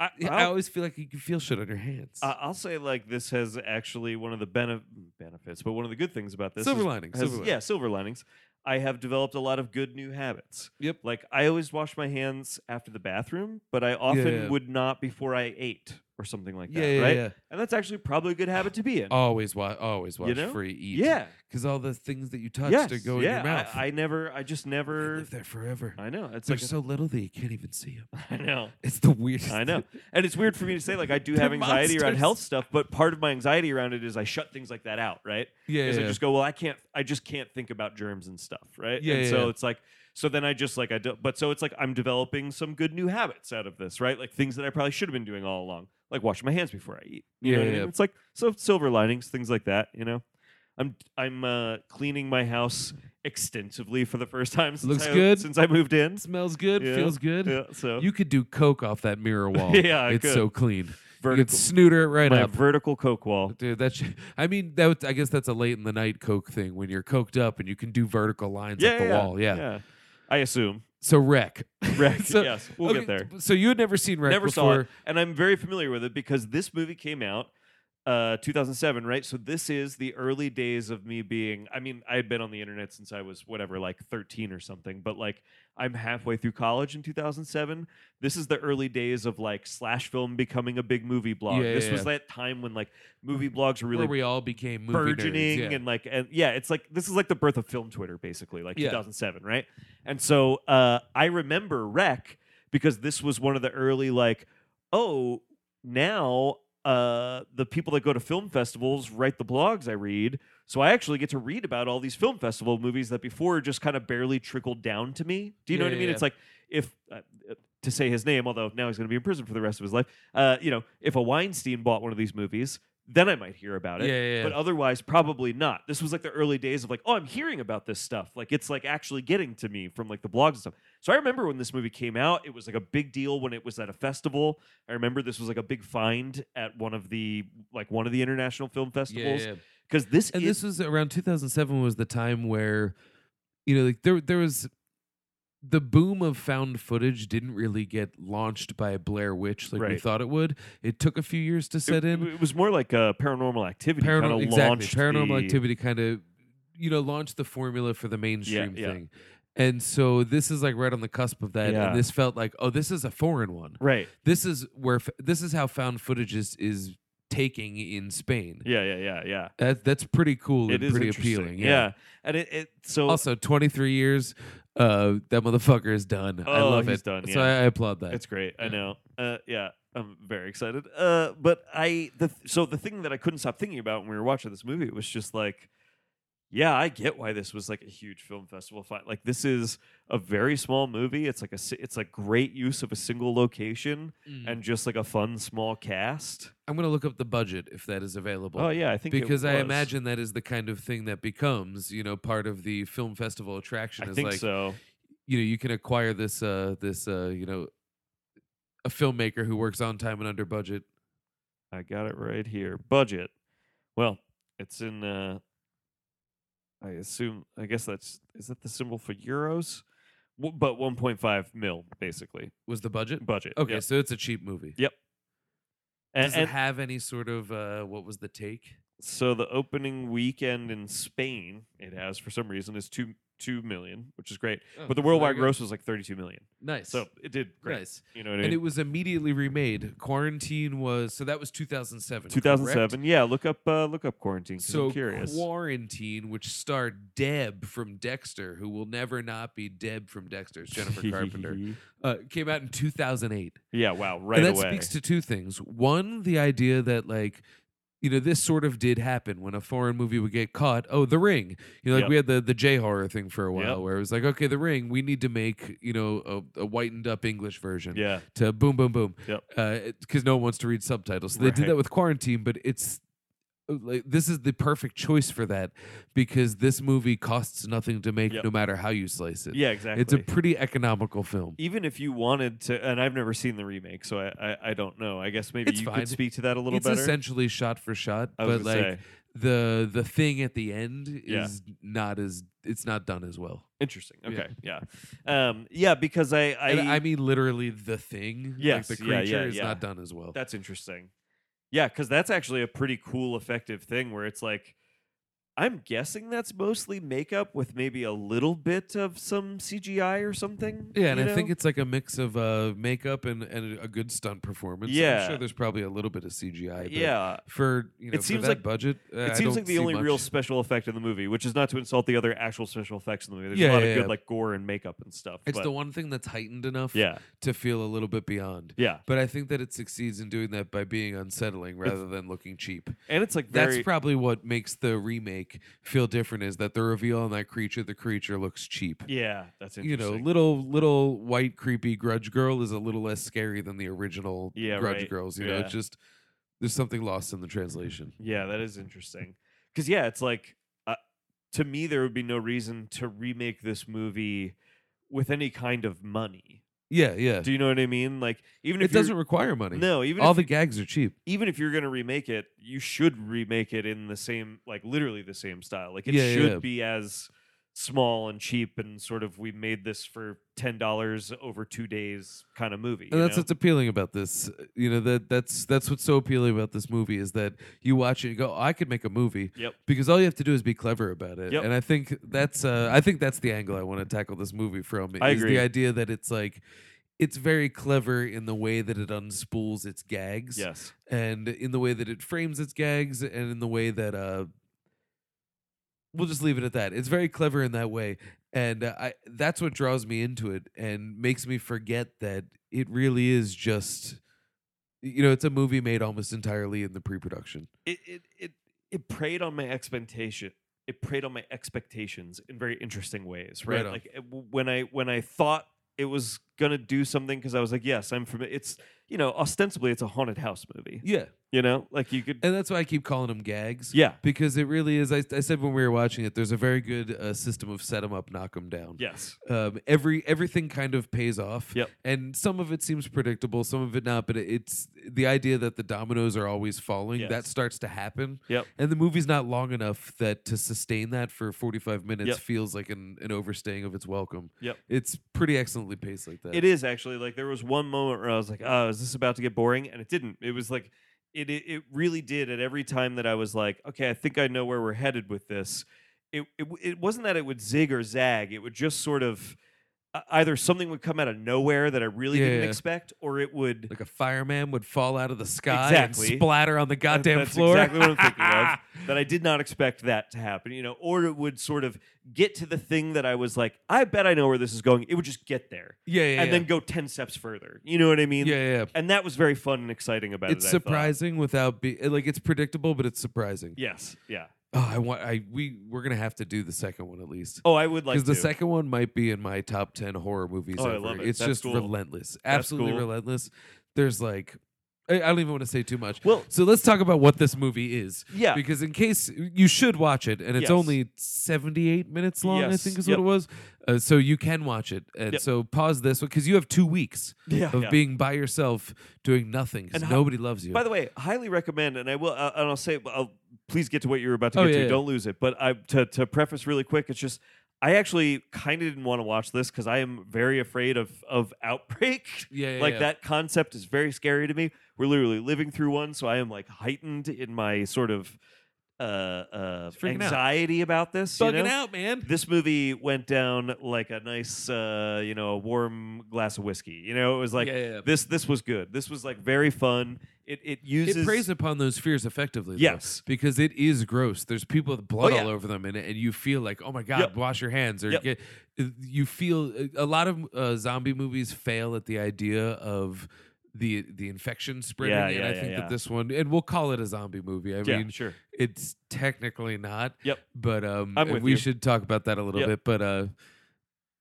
S2: I,
S3: I
S2: I'll-
S3: always feel like you can feel shit on your hands.
S2: I- Uh, I'll say like this has actually one of the benef- benefits, but one of the good things about this
S3: silver
S2: is-
S3: lining,
S2: has-
S3: silver lining.
S2: yeah, silver linings. I have developed a lot of good new habits.
S3: Yep.
S2: Like I always wash my hands after the bathroom, but I often
S3: yeah.
S2: would not before I ate or something like
S3: Yeah,
S2: that.
S3: yeah,
S2: right?
S3: yeah.
S2: And that's actually probably a good habit to be in.
S3: Always wash, always wash
S2: know?
S3: free eat.
S2: yeah.
S3: Because all the things that you touch
S2: Yes.
S3: they go
S2: yeah.
S3: in your mouth.
S2: I, I never. I just
S3: They
S2: never.
S3: live there forever.
S2: I know. It's
S3: They're
S2: like a-
S3: so little that you can't even see them.
S2: I know.
S3: It's the weirdest.
S2: I know. And it's weird for me to say like I do
S3: They're
S2: have anxiety around
S3: monsters.
S2: health stuff, but part of my anxiety around it is I shut things like that out, right?
S3: Yeah,
S2: Because
S3: yeah.
S2: I just go, well, I can't, I just can't think about germs and stuff, right?
S3: Yeah,
S2: And
S3: yeah,
S2: so
S3: yeah.
S2: it's like, so then I just like I do, but so it's like I'm developing some good new habits out of this, right? Like things that I probably should have been doing all along, like wash my hands before I eat. You
S3: Yeah,
S2: know what
S3: yeah,
S2: I mean?
S3: yeah.
S2: It's like so silver linings, things like that. You know, I'm I'm uh, cleaning my house extensively for the first time since
S3: Looks
S2: I,
S3: good.
S2: since I moved in.
S3: smells good,
S2: Yeah,
S3: feels good.
S2: Yeah, so
S3: You could do coke off that mirror wall.
S2: Yeah, I
S3: it's
S2: could.
S3: so clean. You could
S2: vertical,
S3: snooter it right
S2: my
S3: up.
S2: vertical coke wall.
S3: Dude, that sh- I mean, that was, I guess that's a late in the night coke thing when you're coked up and you can do vertical lines up the wall. Yeah.
S2: I assume.
S3: So wreck.
S2: Wreck.
S3: So-
S2: yes, we'll
S3: Okay,
S2: get there.
S3: So you had never seen wreck
S2: Never
S3: before.
S2: saw it, and I'm very familiar with it because this movie came out uh 2007 right so this is the early days of me being i mean i had been on the internet since i was whatever like 13 or something but like i'm halfway through college in 2007 this is the early days of like slash film becoming a big movie blog
S3: Yeah,
S2: this
S3: yeah,
S2: was
S3: yeah.
S2: that time when like movie blogs were really
S3: where we all became movie
S2: burgeoning
S3: nerds. Yeah.
S2: and like and yeah it's like this is like the birth of film twitter basically like
S3: Yeah.
S2: 2007 right and so uh i remember rec because this was one of the early like oh now uh the people that go to film festivals write the blogs i read so i actually get to read about all these film festival movies that before just kind of barely trickled down to me do you know what
S3: Yeah,
S2: i
S3: yeah,
S2: mean
S3: yeah.
S2: it's like if uh, to say his name although now he's going to be in prison for the rest of his life uh you know if a weinstein bought one of these movies then i might hear about it
S3: Yeah, yeah, yeah.
S2: but otherwise probably not this was like the early days of like oh i'm hearing about this stuff like it's like actually getting to me from like the blogs and stuff so i remember when this movie came out it was like a big deal when it was at a festival i remember this was like a big find at one of the like one of the international film
S3: Yeah,
S2: festivals
S3: yeah.
S2: because this
S3: And
S2: is
S3: this was around 2007 was the time where, you know, like there there was the boom of found footage didn't really get launched by Blair Witch like we
S2: Right.
S3: thought it would. It took a few years to
S2: it,
S3: set in.
S2: it was more like a paranormal activity kind of
S3: paranormal exactly
S2: launched
S3: paranormal
S2: the-
S3: activity kind of you know launched the formula for the mainstream
S2: yeah.
S3: thing and so this is like right on the cusp of that
S2: Yeah.
S3: and this felt like oh this is a foreign one
S2: right
S3: this is where f- this is how found footage is, is taking in spain
S2: yeah yeah yeah yeah
S3: that, that's pretty cool
S2: it
S3: and
S2: is
S3: pretty
S2: interesting.
S3: appealing
S2: and it, it so
S3: also 23 years uh that motherfucker is done i
S2: Oh,
S3: love
S2: he's
S3: it
S2: done,
S3: so
S2: yeah.
S3: I, I applaud that
S2: It's great. I
S3: Yeah.
S2: know. Uh, yeah, I'm very excited. Uh, but I the th- so the thing that I couldn't stop thinking about when we were watching this movie was just like, yeah, I get why this was like a huge film festival fight. Like this is a very small movie. It's like a si- it's like great use of a single location
S3: Mm.
S2: and just like a fun small cast.
S3: i'm gonna look up the budget if that is available
S2: Oh yeah, I think it
S3: because I
S2: was.
S3: imagine that is the kind of thing that becomes, you know, part of the film festival attraction.
S2: I
S3: is
S2: think
S3: like,
S2: so.
S3: you know, you can acquire this, uh, this, uh, you know, a filmmaker who works on time and under budget.
S2: I got it right here. Budget. Well, it's in. Uh, I assume. I guess that's is that the symbol for euros, w- but 1.5 mil basically
S3: Was the budget?
S2: budget.
S3: Okay,
S2: yep.
S3: so it's a cheap movie.
S2: Yep.
S3: Does
S2: And, and
S3: it have any sort of uh, what was the take?
S2: so the opening weekend in Spain, it has for some reason is two two million, which is great. but Oh, the worldwide gross was like 32 million,
S3: nice.
S2: so it did great.
S3: nice.
S2: You know what I
S3: And
S2: mean?
S3: it was immediately remade. Quarantine was so that was 2007. correct?
S2: 2007. Yeah, look up uh, look up quarantine. 'cause
S3: So
S2: I'm curious.
S3: Quarantine, which starred Deb from Dexter, who will never not be Deb from Dexter, it's Jennifer Carpenter, uh, came out in 2008.
S2: yeah. Wow. Right
S3: and that
S2: away.
S3: speaks to two things. One, the idea that like you know this sort of did happen when a foreign movie would get caught. Oh, The Ring. You know, like
S2: Yep.
S3: we had the the J horror thing for a while,
S2: Yep.
S3: where it was like, okay, The Ring, we need to make you know a, a whitened up English version
S2: yeah.
S3: to boom, Uh, boom, boom.
S2: Yep.
S3: Because no one wants to read subtitles. So they did
S2: Right.
S3: that with Quarantine, but it's uh, like this is the perfect choice for that because this movie costs nothing to make
S2: Yep.
S3: no matter how you slice it.
S2: Yeah, exactly.
S3: It's a pretty economical film.
S2: even if you wanted to, and I've never seen the remake, so I, I, I don't know. I guess maybe
S3: It's
S2: you
S3: fine.
S2: could speak to that a little
S3: it's
S2: better.
S3: essentially shot for shot,
S2: I
S3: but
S2: was
S3: like
S2: gonna say.
S3: the the thing at the end
S2: Yeah.
S3: is not as it's not done as well.
S2: Interesting.
S3: Yeah.
S2: Okay. Yeah. Um, yeah, because I, I,
S3: And I, mean literally the thing.
S2: Yes,
S3: like the
S2: yeah,
S3: creature
S2: yeah,
S3: is
S2: yeah.
S3: not done as well.
S2: that's interesting. Yeah, because that's actually a pretty cool, effective thing where it's like, I'm guessing that's mostly makeup with maybe a little bit of some CGI or something.
S3: yeah, and
S2: you
S3: I think
S2: know?
S3: it's like a mix of uh, makeup and, and a good stunt performance. I'm
S2: Yeah.
S3: sure there's probably a little bit of CGI. But
S2: yeah.
S3: for you know, for
S2: seems
S3: that
S2: like-
S3: budget. Uh, I
S2: It seems
S3: don't
S2: like
S3: see
S2: the only
S3: much.
S2: real special effect in the movie, which is not to insult the other actual special effects in the movie. There's
S3: Yeah,
S2: a lot
S3: yeah,
S2: of good
S3: yeah.
S2: like gore and makeup and stuff.
S3: It's
S2: but
S3: the one thing that's heightened enough
S2: yeah,
S3: to feel a little bit beyond.
S2: yeah,
S3: But I think that it succeeds in doing that by being unsettling rather than looking cheap.
S2: and it's like
S3: That's
S2: very
S3: probably what makes the remake feel different is that the reveal on that creature, the creature looks cheap.
S2: yeah. That's
S3: You know,
S2: interesting.
S3: little little white creepy grudge girl is a little less scary than the original
S2: Yeah,
S3: grudge
S2: right.
S3: girls. You know,
S2: Yeah.
S3: it's just there's something lost in the translation.
S2: Yeah, that is interesting. Because yeah, it's like uh, to me there would be no reason to remake this movie with any kind of money.
S3: Yeah, yeah.
S2: Do you know what I mean? Like even
S3: It
S2: if you're-
S3: doesn't require money.
S2: no, even
S3: All
S2: if,
S3: the gags are cheap.
S2: even if you're gonna remake it, you should remake it in the same like literally the same style. Like it
S3: Yeah, yeah,
S2: should
S3: yeah.
S2: be as small and cheap and sort of we made this for ten dollars over two days kind of movie.
S3: And
S2: you
S3: that's
S2: know?
S3: what's appealing about this. You know that that's that's what's so appealing about this movie is that you watch it and go, "Oh, I could make a movie.
S2: Yep.
S3: Because all you have to do is be clever about it.
S2: Yep.
S3: And I think that's uh, I think that's the angle I want to tackle this movie from.
S2: I
S3: is
S2: agree.
S3: the idea that it's like it's very clever in the way that it unspools its gags
S2: yes.
S3: and in the way that it frames its gags and in the way that uh we'll just leave it at that it's very clever in that way and uh, i that's what draws me into it and makes me forget that it really is just you know it's a movie made almost entirely in the pre-production
S2: it it it, it preyed on my expectation it preyed on my expectations in very interesting ways
S3: Right
S2: right,
S3: on.
S2: like it- w- when i when i thought it was gonna do something because i was like yes i'm from it's you know ostensibly it's a haunted house movie
S3: yeah
S2: you know like you could
S3: and that's why i keep calling them gags
S2: yeah
S3: because it really is I, I said when we were watching it there's a very good uh, system of set 'em up knock 'em down
S2: yes
S3: um, every everything kind of pays off.
S2: Yep.
S3: And some of it seems predictable, some of it not. But it- it's the idea that the dominoes are always falling that
S2: Yes.
S3: starts to happen.
S2: Yep.
S3: And the movie's not long enough that to sustain that for forty five minutes
S2: Yep.
S3: feels like an, an overstaying of its welcome.
S2: Yep.
S3: It's pretty excellently paced like that.
S2: it is actually like there was one moment where i was like oh is this about to get boring and it didn't it was like it it, it really did at every time that i was like okay i think i know where we're headed with this it, it, w- it wasn't that it would zig or zag it would just sort of uh, either something would come out of nowhere that i really
S3: Yeah.
S2: didn't expect or it would
S3: Like a fireman would fall out of the sky
S2: Exactly.
S3: and splatter on the
S2: That-
S3: goddamn
S2: that's
S3: floor.
S2: exactly what I'm thinking of. That I did not expect that to happen, you know, or it would sort of get to the thing that I was like, I bet I know where this is going. It would just get there
S3: yeah, yeah.
S2: and
S3: yeah.
S2: then go 10 steps further. You know what I mean?
S3: yeah, yeah, yeah.
S2: and that was very fun and exciting about
S3: It's
S2: it. I thought.
S3: surprising without be like it's predictable, but it's surprising.
S2: Yes. Yeah.
S3: Oh, I want. I we we're gonna have to do the second one at least.
S2: Oh, I would like
S3: Because
S2: to.
S3: the second one might be in my top ten horror movies
S2: Oh, I
S3: ever.
S2: love it.
S3: It's
S2: That's
S3: just
S2: cool.
S3: relentless, absolutely
S2: cool.
S3: relentless. There's like, I, I don't even want to say too much.
S2: Well-
S3: so let's talk about what this movie is,
S2: yeah.
S3: because in case you should watch it, and
S2: Yes.
S3: it's only 78 minutes long, I
S2: Yes.
S3: think is
S2: Yep.
S3: what it was. Uh, so you can watch it, and
S2: Yep.
S3: so pause this because you have two weeks
S2: yeah.
S3: of
S2: yeah.
S3: being by yourself doing nothing because
S2: And how-
S3: nobody loves you.
S2: By the way, highly recommend, and I will, uh, and I'll say, I'll, please get to what you were about to
S3: Oh,
S2: get
S3: yeah,
S2: to.
S3: yeah.
S2: Don't lose it. But I, to to preface really quick, it's just I actually kind of didn't want to watch this because I am very afraid of of outbreak.
S3: yeah, yeah,
S2: like
S3: yeah.
S2: that concept is very scary to me. We're literally living through one, so I am like heightened in my sort of uh, uh,
S3: Freaking out.
S2: anxiety about this. you
S3: bugging
S2: know?
S3: out, man.
S2: this movie went down like a nice uh, you know a warm glass of whiskey you know it was like
S3: Yeah, yeah, yeah.
S2: this this was good this was like very fun it it uses
S3: it preys upon those fears effectively. though,
S2: Yes.
S3: because it is gross. There's people with blood
S2: Oh, yeah.
S3: all over them, and and you feel like, oh my god,
S2: Yep.
S3: wash your hands. Or
S2: Yep.
S3: get, Uh, you feel a lot of uh, zombie movies fail at the idea of the the infection spreading.
S2: Yeah,
S3: and
S2: yeah,
S3: I
S2: yeah,
S3: think
S2: yeah.
S3: that this one, and we'll call it a zombie movie. I
S2: yeah
S3: mean,
S2: sure
S3: it's technically not.
S2: Yep.
S3: But um,
S2: I'm with
S3: we
S2: you.
S3: should talk about that a little
S2: Yep.
S3: bit. But uh,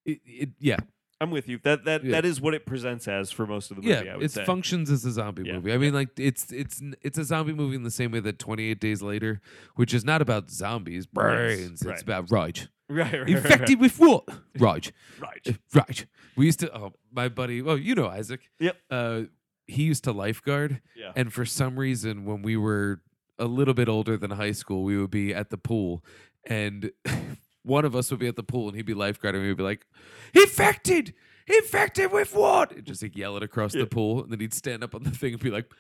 S3: it, it yeah.
S2: I'm with you. That that
S3: Yeah.
S2: that is what it presents as for most of the
S3: Yeah,
S2: movie. I would
S3: it
S2: say.
S3: functions as a zombie
S2: Yeah.
S3: movie. I mean, like it's it's n- it's a zombie movie in the same way that Twenty Eight Days Later, which is not about zombies, brains.
S2: right.
S3: It's about rage.
S2: Right, right, right,
S3: Infected with what? Rage.
S2: Right.
S3: Uh,
S2: right.
S3: Right. We used to. Oh, my buddy. Well, you know Isaac.
S2: Yep.
S3: Uh, he used to lifeguard,
S2: Yeah.
S3: and for some reason, when we were a little bit older than high school, we would be at the pool, and one of us would be at the pool, and he'd be lifeguarding. and We'd be like, "Infected, infected with what?" And just like yell it across
S2: Yeah.
S3: the pool, and then he'd stand up on the thing and be like,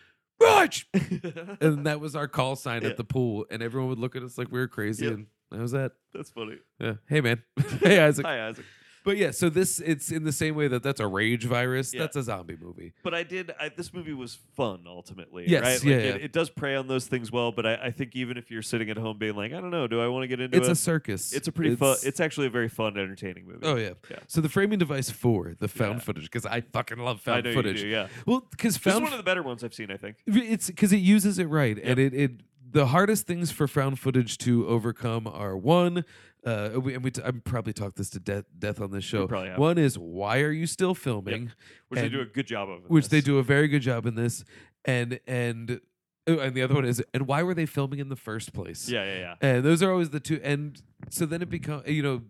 S3: "Raj," and that was our call sign
S2: Yeah.
S3: at the pool, and everyone would look at us like we were crazy,
S2: Yep.
S3: and that was that.
S2: That's funny.
S3: Yeah. Hey, man. hey, Isaac.
S2: Hi, Isaac.
S3: But yeah, so this it's in the same way that that's a rage virus.
S2: Yeah.
S3: That's a zombie movie.
S2: But I did. I, this movie was fun ultimately.
S3: Yes,
S2: Right? Like,
S3: yeah,
S2: It,
S3: yeah.
S2: it does prey on those things well. But I, I think even if you're sitting at home being like, I don't know, do I want to get into
S3: It's
S2: it?
S3: a circus.
S2: it's a pretty fun. It's actually a very fun, entertaining movie.
S3: oh yeah.
S2: Yeah.
S3: So the framing device for the found
S2: Yeah.
S3: footage because I fucking love
S2: I
S3: found
S2: know
S3: footage.
S2: you do. Yeah.
S3: Well, because
S2: This is
S3: found
S2: one of the better ones I've seen. I think.
S3: It's because it uses it right, and it, it the hardest things for found footage to overcome are one, uh, we, and we t- I probably talked this to death, death on this show.
S2: probably have.
S3: One is why are you still filming,
S2: Which they
S3: And-
S2: do a good job of. in
S3: which they
S2: this.
S3: do a very good job in this, and and oh, and the other one is and why were they filming in the first place?
S2: Yeah, yeah, yeah.
S3: and those are always the two. And so then it becomes you know.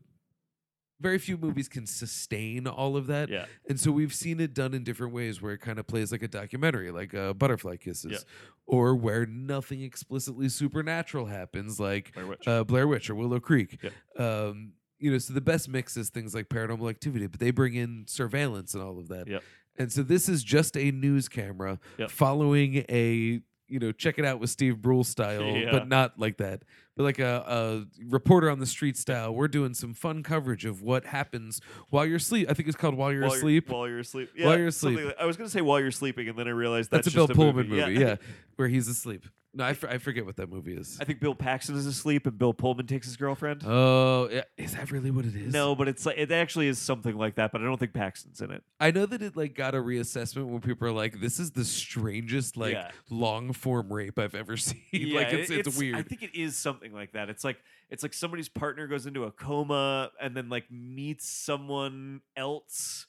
S3: Very few movies can sustain all of that.
S2: Yeah.
S3: And so we've seen it done in different ways where it kind of plays like a documentary, like uh, Butterfly Kisses,
S2: Yeah.
S3: or where nothing explicitly supernatural happens, like
S2: Blair Witch.
S3: uh, Blair Witch or Willow Creek.
S2: Yeah.
S3: Um, you know, so the best mix is things like paranormal activity, but they bring in surveillance and all of that.
S2: Yep.
S3: And so this is just a news camera
S2: Yep.
S3: following a you know check it out with Steve Brule style,
S2: Yeah.
S3: but not like that, but like a, a reporter on the street style. We're doing some fun coverage of what happens while you're asleep. I think it's called While You're
S2: while
S3: Asleep.
S2: You're, while you're asleep. Yeah,
S3: While you're
S2: something
S3: asleep.
S2: like- I was gonna say while you're sleeping, and then I realized that's,
S3: that's, a Bill
S2: just
S3: Pullman movie, yeah. where he's asleep. No, I, f- I forget what that movie is.
S2: I think Bill Paxton is asleep, and Bill Pullman takes his girlfriend.
S3: Oh, yeah. is that really what it is?
S2: no, but it's like it actually is something like that. But I don't think Paxton's in it.
S3: I know that it like got a reassessment when people are like, "This is the strangest like
S2: Yeah.
S3: long form rape I've ever seen." like it's,
S2: it-
S3: it's, weird.
S2: I think it is something like that. It's like it's like somebody's partner goes into a coma and then like meets someone else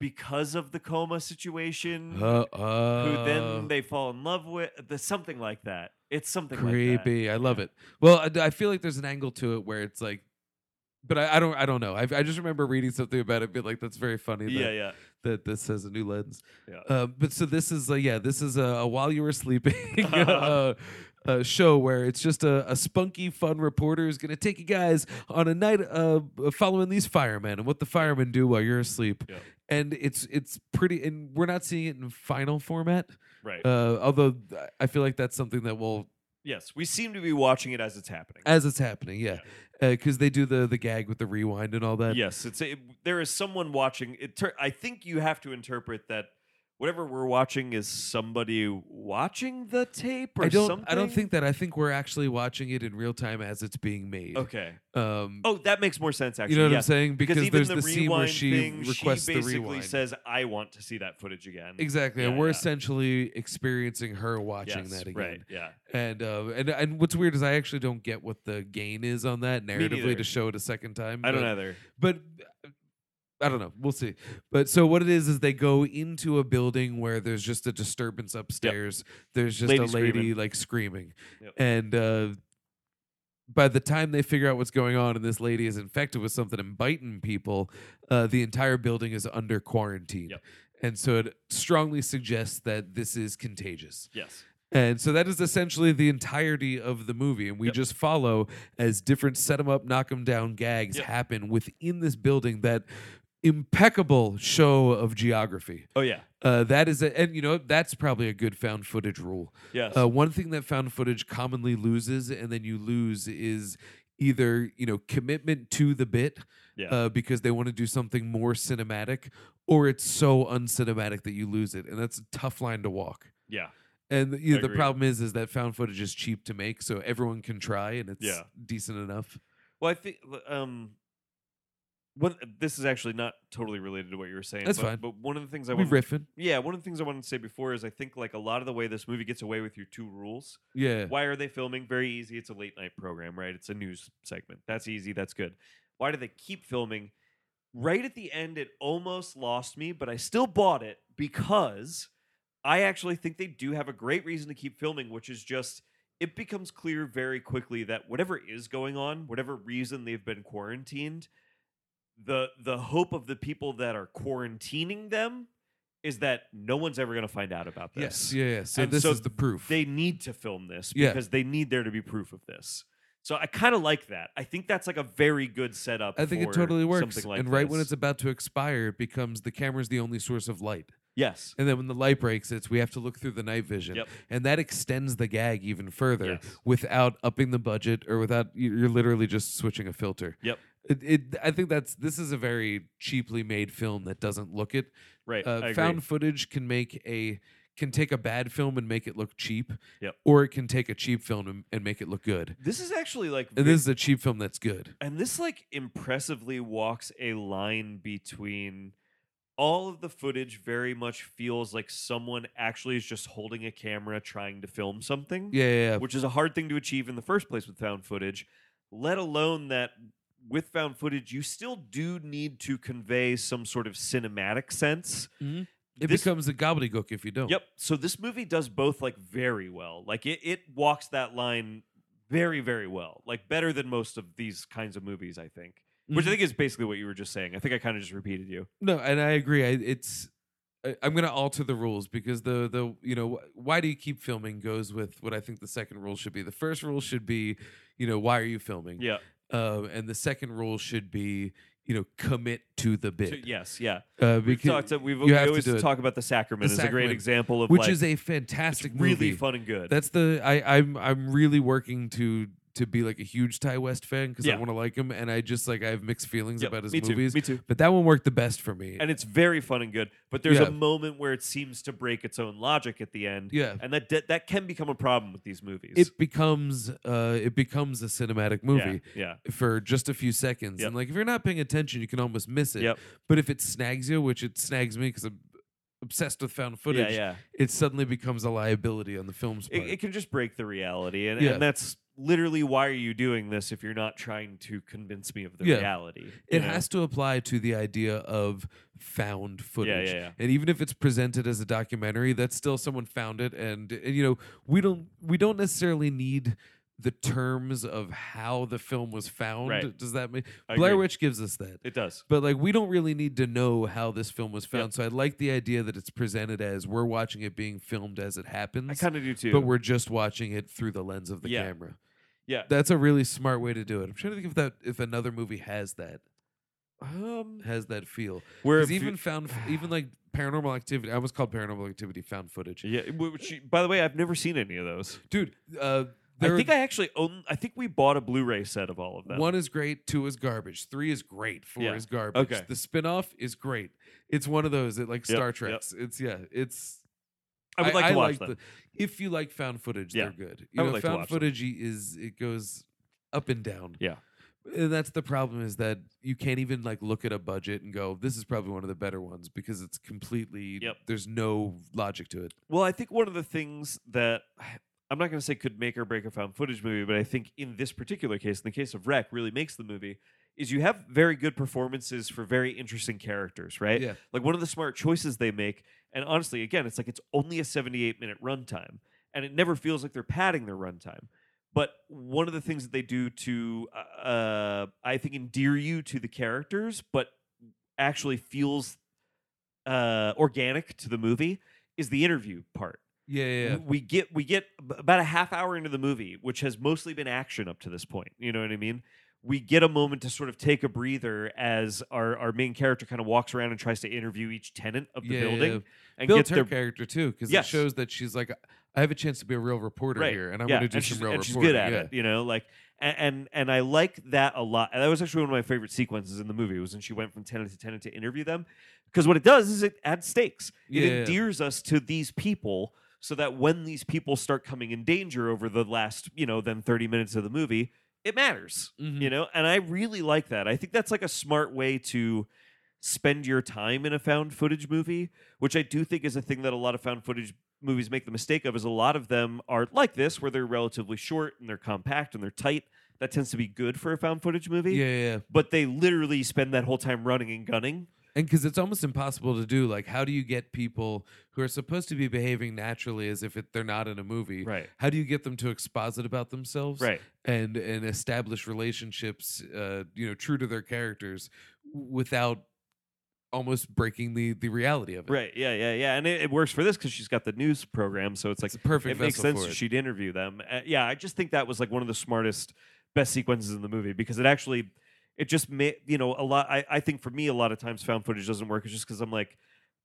S2: because of the coma situation.
S3: uh,
S2: who
S3: uh,
S2: then they fall in love with the, something like that. It's something like that.
S3: creepy. I love it. Well, I, I feel like there's an angle to it where it's like, but I, I don't, I don't know. I, I just remember reading something about it, being like, "That's very funny." that-
S2: Yeah, yeah.
S3: that this has a new lens.
S2: Yeah.
S3: Uh, but so this is a, yeah, this is a, a while you were sleeping uh, uh show where it's just a, a spunky, fun reporter who's going to take you guys on a night uh, following these firemen and what the firemen do while you're asleep.
S2: Yeah.
S3: And it's it's pretty, and we're not seeing it in final format.
S2: Right.
S3: Uh, although th- I feel like that's something that will,
S2: yes, we seem to be watching it as it's happening.
S3: as it's happening, yeah, because they do the the gag with the rewind and all that.
S2: yes, it's it, there is someone watching. It tur- I think you have to interpret that whatever we're watching is somebody watching the tape or
S3: I don't.
S2: something.
S3: I don't think that. I think we're actually watching it in real time as it's being made.
S2: Okay.
S3: Um,
S2: Oh, that makes more sense actually.
S3: you know what
S2: yeah.
S3: I'm saying? Because,
S2: even
S3: there's
S2: the,
S3: the, scene where
S2: rewind
S3: she
S2: thing,
S3: requests
S2: she
S3: the
S2: basically
S3: rewind.
S2: says, "I want to see that footage again."
S3: exactly,
S2: Yeah,
S3: and we're
S2: yeah.
S3: essentially experiencing her watching
S2: Yes,
S3: that again.
S2: Right. Yeah.
S3: And uh, and and what's weird is I actually don't get what the gain is on that narratively
S2: neither.
S3: to show it a second time.
S2: I don't
S3: but-
S2: either.
S3: but uh, I don't know. We'll see. But so what it is is they go into a building where there's just a disturbance upstairs. There's just
S2: Lady
S3: a lady
S2: screaming.
S3: like screaming,
S2: Yep.
S3: and uh, by the time they figure out what's going on and this lady is infected with something and biting people, uh, the entire building is under quarantine.
S2: Yep.
S3: And so it strongly suggests that this is contagious.
S2: Yes.
S3: And so that is essentially the entirety of the movie. And we
S2: Yep.
S3: just follow as different set 'em up, knock 'em down gags
S2: Yep.
S3: happen within this building that impeccable show of geography.
S2: Oh yeah.
S3: Uh, that is, a, and you know, that's probably a good found footage rule.
S2: Yes.
S3: Uh, one thing that found footage commonly loses, and then you lose, is either you know commitment to the bit
S2: Yeah.
S3: uh, because they want to do something more cinematic, or it's so uncinematic that you lose it, and that's a tough line to walk.
S2: yeah.
S3: And you know, the
S2: Agreed.
S3: problem is, is that found footage is cheap to make, so everyone can try, and it's
S2: Yeah.
S3: decent enough.
S2: Well, I think l- um, one uh, this is actually not totally related to what you were saying.
S3: That's
S2: but,
S3: fine.
S2: But one of the things I
S3: We
S2: wanted,
S3: riffing,
S2: yeah, one of the things I wanted to say before is I think like a lot of the way this movie gets away with your two rules.
S3: yeah.
S2: Why are they filming? Very easy. It's a late night program, right? It's a news segment. That's easy. That's good. Why do they keep filming? right at the end, it almost lost me, but I still bought it because I actually think they do have a great reason to keep filming, which is just it becomes clear very quickly that whatever is going on, whatever reason they've been quarantined, the the hope of the people that are quarantining them is that no one's ever going to find out about this.
S3: Yes. Yeah. yeah. So
S2: And
S3: this
S2: so
S3: is the proof.
S2: They need to film this
S3: Yeah.
S2: because they need there to be proof of this. So I kind of like that. I think that's like a very good setup.
S3: I think it
S2: for
S3: totally works.
S2: Something like
S3: and right when
S2: this.
S3: it's about to expire, it becomes the camera's the only source of light.
S2: yes,
S3: And then when the light breaks, it's we have to look through the night vision.
S2: Yep.
S3: And that extends the gag even further
S2: Yes.
S3: without upping the budget or without you- you're literally just switching a filter.
S2: Yep.
S3: It, it, I think that's this is a very cheaply made film that doesn't look it.
S2: right. I
S3: Uh,
S2: agree.
S3: found footage can make a can take a bad film and make it look cheap.
S2: Yep.
S3: Or it can take a cheap film and, and make it look good.
S2: this is actually like
S3: And
S2: ve-
S3: this is a cheap film that's good.
S2: and this like impressively walks a line between all of the footage very much feels like someone actually is just holding a camera trying to film something
S3: Yeah, yeah, yeah.
S2: Mm-hmm. which is a hard thing to achieve in the first place with found footage let alone that with found footage you still do need to convey some sort of cinematic sense
S3: It
S2: this-
S3: becomes a gobbledygook if you don't.
S2: Yep. So this movie does both like very well. Like it, it walks that line very, very well. Like better than most of these kinds of movies, I think. Which I
S3: Mhm.
S2: think is basically what you were just saying. I think I kind of just repeated you.
S3: No, and I agree. I, it's I, I'm going to alter the rules because the the you know wh- why do you keep filming goes with what I think the second rule should be. The first rule should be, you know, why are you filming?
S2: Yeah.
S3: Um, and the second rule should be, you know, commit to the bit.
S2: So- yes. Yeah.
S3: Uh,
S2: We've
S3: because
S2: talked- we've,
S3: you
S2: we
S3: have to
S2: always
S3: do it.
S2: talk about the sacrament
S3: The
S2: is a
S3: Sacrament,
S2: great example of
S3: which
S2: like
S3: is a
S2: it's
S3: fantastic
S2: really
S3: movie.
S2: fun and good.
S3: That's the I I'm I'm really working to to be like a huge Ty West fan because I
S2: Yeah.
S3: want to like him and I just like I have mixed feelings
S2: Yep,
S3: about his
S2: me too,
S3: movies.
S2: me too.
S3: But that one worked the best for me.
S2: And it's very fun and good, but there's
S3: Yeah.
S2: a moment where it seems to break its own logic at the end.
S3: Yeah.
S2: And that that that can become a problem with these movies.
S3: it becomes uh it becomes a cinematic
S2: Yeah,
S3: movie
S2: Yeah.
S3: for just a few seconds
S2: Yep.
S3: and like if you're not paying attention you can almost miss it
S2: Yep.
S3: but if it snags you which it snags me because i'm obsessed with found footage
S2: Yeah. Yeah.
S3: it suddenly becomes a liability on the film's part
S2: it, it can just break the reality and,
S3: Yeah.
S2: and that's literally why are you doing this if you're not trying to convince me of the
S3: Yeah.
S2: reality
S3: It
S2: you know?
S3: has to apply to the idea of found footage.
S2: yeah, yeah.
S3: And even if it's presented as a documentary, that's still someone found it and, and you know, we don't we don't necessarily need the terms of how the film was found.
S2: Right.
S3: Does that mean
S2: I
S3: Blair
S2: agree.
S3: Witch gives us that.
S2: it does
S3: But like we don't really need to know how this film was found. So I like the idea that it's presented as we're watching it being filmed as it happens.
S2: i kind of do too
S3: but we're just watching it through the lens of the
S2: Yeah.
S3: camera.
S2: yeah
S3: That's a really smart way to do it. I'm trying to think if that if another movie has that
S2: um
S3: has that feel.
S2: where
S3: Because even found even like paranormal activity. I was called paranormal activity found footage.
S2: yeah w- which, by the way i've never seen any of those
S3: Dude, uh, there
S2: i think i actually own i think we bought a blu-ray set of all of them
S3: one is great, two is garbage, three is great, four
S2: Yeah.
S3: is garbage.
S2: Okay.
S3: The spin-off is great. It's one of those that like
S2: Yep,
S3: Star
S2: yep.
S3: Trek's. It's yeah, it's
S2: i would like to watch them
S3: the- if you like found footage,
S2: Yeah.
S3: they're good. You
S2: I would
S3: know,
S2: like to
S3: found
S2: watch them.
S3: footage is it goes up and down.
S2: Yeah.
S3: And that's the problem is that you can't even like look at a budget and go, this is probably one of the better ones because it's completely
S2: Yep.
S3: there's no logic to it.
S2: Well, I think one of the things that I'm not going to say could make or break a found footage movie, but I think in this particular case, in the case of Wreck, really makes the movie is you have very good performances for very interesting characters, right?
S3: Yeah.
S2: Like one of the smart choices they make, and honestly, again, it's like it's only a 78 minute runtime, and it never feels like they're padding their runtime. But one of the things that they do to, uh, I think, endear you to the characters, but actually feels uh, organic to the movie, is the interview part.
S3: Yeah, yeah. yeah.
S2: W- We get we get ab- about a half hour into the movie, which has mostly been action up to this point. You know what I mean? We get a moment to sort of take a breather as our, our main character kind of walks around and tries to interview each tenant of the
S3: Yeah, yeah,
S2: building
S3: yeah.
S2: and
S3: Built
S2: gets
S3: her
S2: their
S3: character too, because
S2: Yes.
S3: it shows that she's like, I have a chance to be a real reporter
S2: right.
S3: here, and I'm
S2: yeah,
S3: going to do
S2: and
S3: some
S2: she's,
S3: real
S2: and she's
S3: reporting.
S2: good at
S3: yeah.
S2: it, you know. Like and, and and I like that a lot. And that was actually one of my favorite sequences in the movie was when she went from tenant to tenant to interview them because what it does is it adds stakes. It
S3: Yeah, yeah.
S2: endears us to these people so that when these people start coming in danger over the last you know then thirty minutes of the movie, it matters.
S3: Mhm.
S2: You know, and I really like that. I think that's like a smart way to spend your time in a found footage movie, which I do think is a thing that a lot of found footage movies make the mistake of is a lot of them are like this where they're relatively short and they're compact and they're tight that tends to be good for a found footage movie.
S3: Yeah, yeah, yeah.
S2: But they literally spend that whole time running and gunning.
S3: And because it's almost impossible to do. Like, how do you get people who are supposed to be behaving naturally as if it, they're not in a movie?
S2: Right.
S3: How do you get them to exposit about themselves?
S2: Right.
S3: And and establish relationships, uh, you know, true to their characters, without almost breaking the the reality of it.
S2: Right. Yeah. Yeah. Yeah. And it, it works for this because she's got the news program, so it's like
S3: It's a perfect
S2: it makes
S3: vessel
S2: sense
S3: for it.
S2: she'd interview them. Uh, yeah, I just think that was like one of the smartest, best sequences in the movie because it actually, it just made you know a lot. I, I think for me a lot of times found footage doesn't work. It's just because I'm like,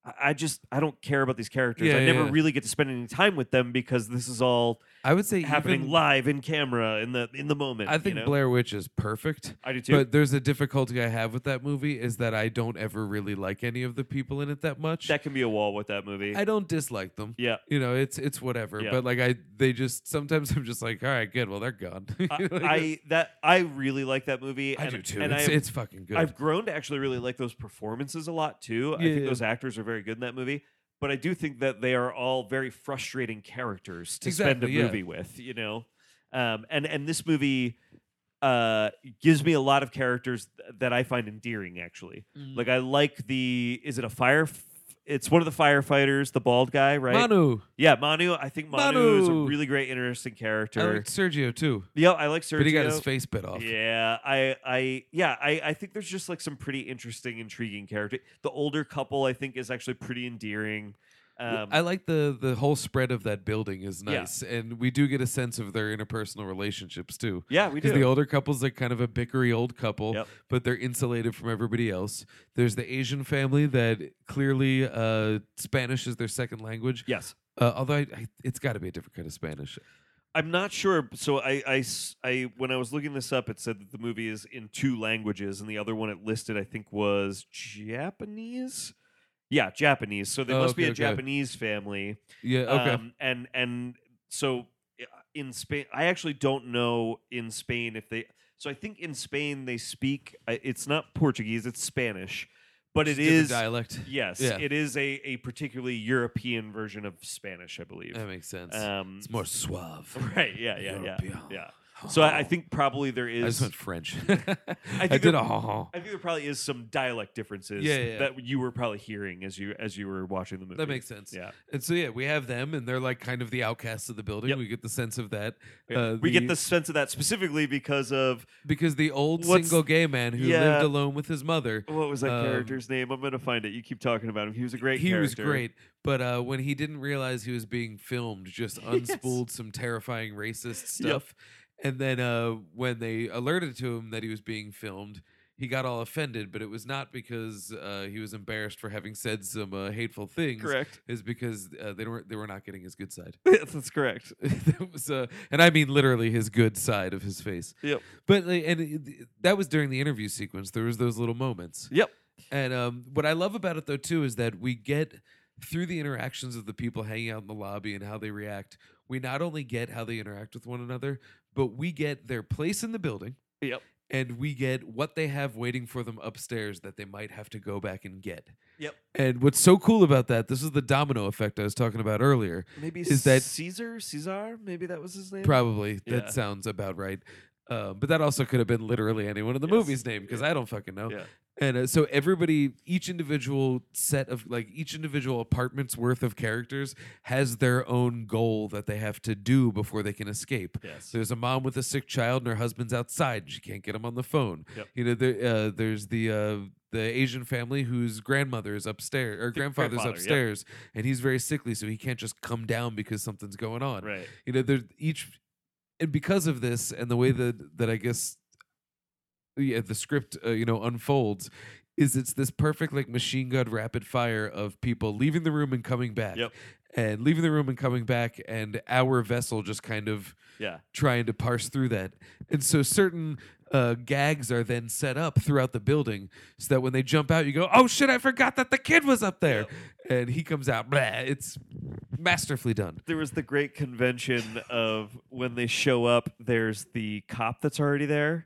S2: I- I just I don't care about these characters.
S3: Yeah,
S2: I never
S3: yeah.
S2: really get to spend any time with them because this is all
S3: I would say
S2: happening
S3: even-
S2: live in camera in the in the moment.
S3: I
S2: you
S3: think
S2: know?
S3: Blair Witch is perfect.
S2: I do too.
S3: But there's a difficulty I have with that movie is that I don't ever really like any of the people in it that much.
S2: that can be a wall with that movie.
S3: I don't dislike them.
S2: yeah.
S3: You know, it's it's whatever.
S2: Yeah.
S3: But like I they just sometimes I'm just like, all right, good. Well, they're gone. You
S2: I,
S3: know, like,
S2: I that I really like that movie.
S3: I
S2: and,
S3: do too.
S2: And
S3: it's,
S2: I,
S3: it's fucking good.
S2: I've grown to actually really like those performances a lot too. I
S3: Yeah,
S2: think
S3: yeah.
S2: those actors are very good in that movie. But I do think that they are all very frustrating characters to spend a
S3: Exactly, yeah.
S2: movie with, you know. Um, and and this movie uh, gives me a lot of characters th- that I find endearing. Actually,
S3: Mm-hmm.
S2: like I like the is it a fire? F- it's one of the firefighters, the bald guy, right?
S3: Manu.
S2: Yeah, Manu. I think Manu, is a
S3: Manu.
S2: really great, interesting character.
S3: I like Sergio too.
S2: yeah, I like Sergio.
S3: But he got his face bit off.
S2: Yeah, I, I, yeah, I, I think there's just like some pretty interesting, intriguing character. The older couple, I think, is actually pretty endearing. Um,
S3: I like the the whole spread of that building is
S2: Yeah.
S3: nice, and we do get a sense of their interpersonal relationships too.
S2: yeah, we do.
S3: Because the older couple's like kind of a bickery old couple,
S2: Yep.
S3: but they're insulated from everybody else. There's the Asian family that clearly uh, Spanish is their second language.
S2: yes,
S3: Uh, although I, I, it's got to be a different kind of Spanish.
S2: I'm not sure. So I, I s- I- when I was looking this up, it said that the movie is in two languages, and the other one it listed, I think, was Japanese. Yeah, Japanese. So they
S3: Oh,
S2: must be
S3: okay,
S2: a
S3: okay.
S2: Japanese family.
S3: Yeah. Okay.
S2: Um, and and so i- in Spain, I actually don't know in Spain if they. So I think in Spain they speak. I- It's not Portuguese. It's Spanish, but
S3: Just
S2: it
S3: different
S2: is.
S3: dialect.
S2: Yes,
S3: Yeah.
S2: it is a, a particularly European version of Spanish, I believe.
S3: That makes sense.
S2: Um,
S3: it's more suave.
S2: right. Yeah. Yeah. Yeah.
S3: European. Oh.
S2: Yeah. So I, I think probably there
S3: I
S2: is.
S3: just went French. I,
S2: think
S3: did
S2: there-
S3: a ha ha.
S2: I think there probably is some dialect differences
S3: Yeah, yeah.
S2: that you were probably hearing as you as you were watching the movie.
S3: That makes sense.
S2: Yeah.
S3: And so yeah, we have them, and they're like kind of the outcasts of the building.
S2: Yep.
S3: We get the sense of that. Uh,
S2: we get the sense of that specifically because of
S3: because the old
S2: What's-
S3: single gay man who
S2: Yeah.
S3: lived alone with his mother.
S2: What was that
S3: Um,
S2: character's name? I'm gonna find it. You keep talking about him. He was a great.
S3: he was
S2: character.
S3: great, but uh, when he didn't realize he was being filmed, just unspooled some terrifying racist
S2: Yep.
S3: stuff. And then uh, when they alerted to him that he was being filmed, he got all offended. But it was not because uh, he was embarrassed for having said some uh, hateful things.
S2: Correct.
S3: Is because uh, they were they were not getting his good side.
S2: That's correct.
S3: that was, uh, and I mean literally his good side of his face.
S2: Yep.
S3: But like, and it, that was during the interview sequence. There was those little moments.
S2: Yep.
S3: And um, what I love about it though too is that we get through the interactions of the people hanging out in the lobby and how they react. We not only get how they interact with one another, but we get their place in the building.
S2: Yep.
S3: And we get what they have waiting for them upstairs that they might have to go back and get.
S2: Yep.
S3: And what's so cool about that, this is the domino effect I was talking about earlier.
S2: Maybe
S3: Is that-
S2: Caesar? Caesar? Maybe that was his name.
S3: Probably.
S2: Yeah.
S3: That sounds about right. Um, but that also could have been literally anyone in the
S2: Yes.
S3: movie's name because I don't fucking know.
S2: Yeah.
S3: And uh, so everybody, each individual set of like each individual apartment's worth of characters has their own goal that they have to do before they can escape.
S2: Yes.
S3: There's a mom with a sick child and her husband's outside. and She can't get him on the phone.
S2: Yep.
S3: You know, there, uh, there's the uh, the Asian family whose grandmother is upstairs or grandfather's
S2: grandfather, yep.
S3: upstairs, and he's very sickly, so he can't just come down because something's going on
S2: Right.
S3: you know there's each and because of this and the way that that i guess yeah, the script uh, you know unfolds is it's this perfect like machine gun rapid fire of people leaving the room and coming back
S2: Yep.
S3: and leaving the room and coming back and our vessel just kind of
S2: Yeah.
S3: trying to parse through that and so certain uh, gags are then set up throughout the building so that when they jump out you go oh shit i forgot that the kid was up there and he comes out blah it's masterfully done
S2: There was the great convention of when they show up. There's the cop that's already there,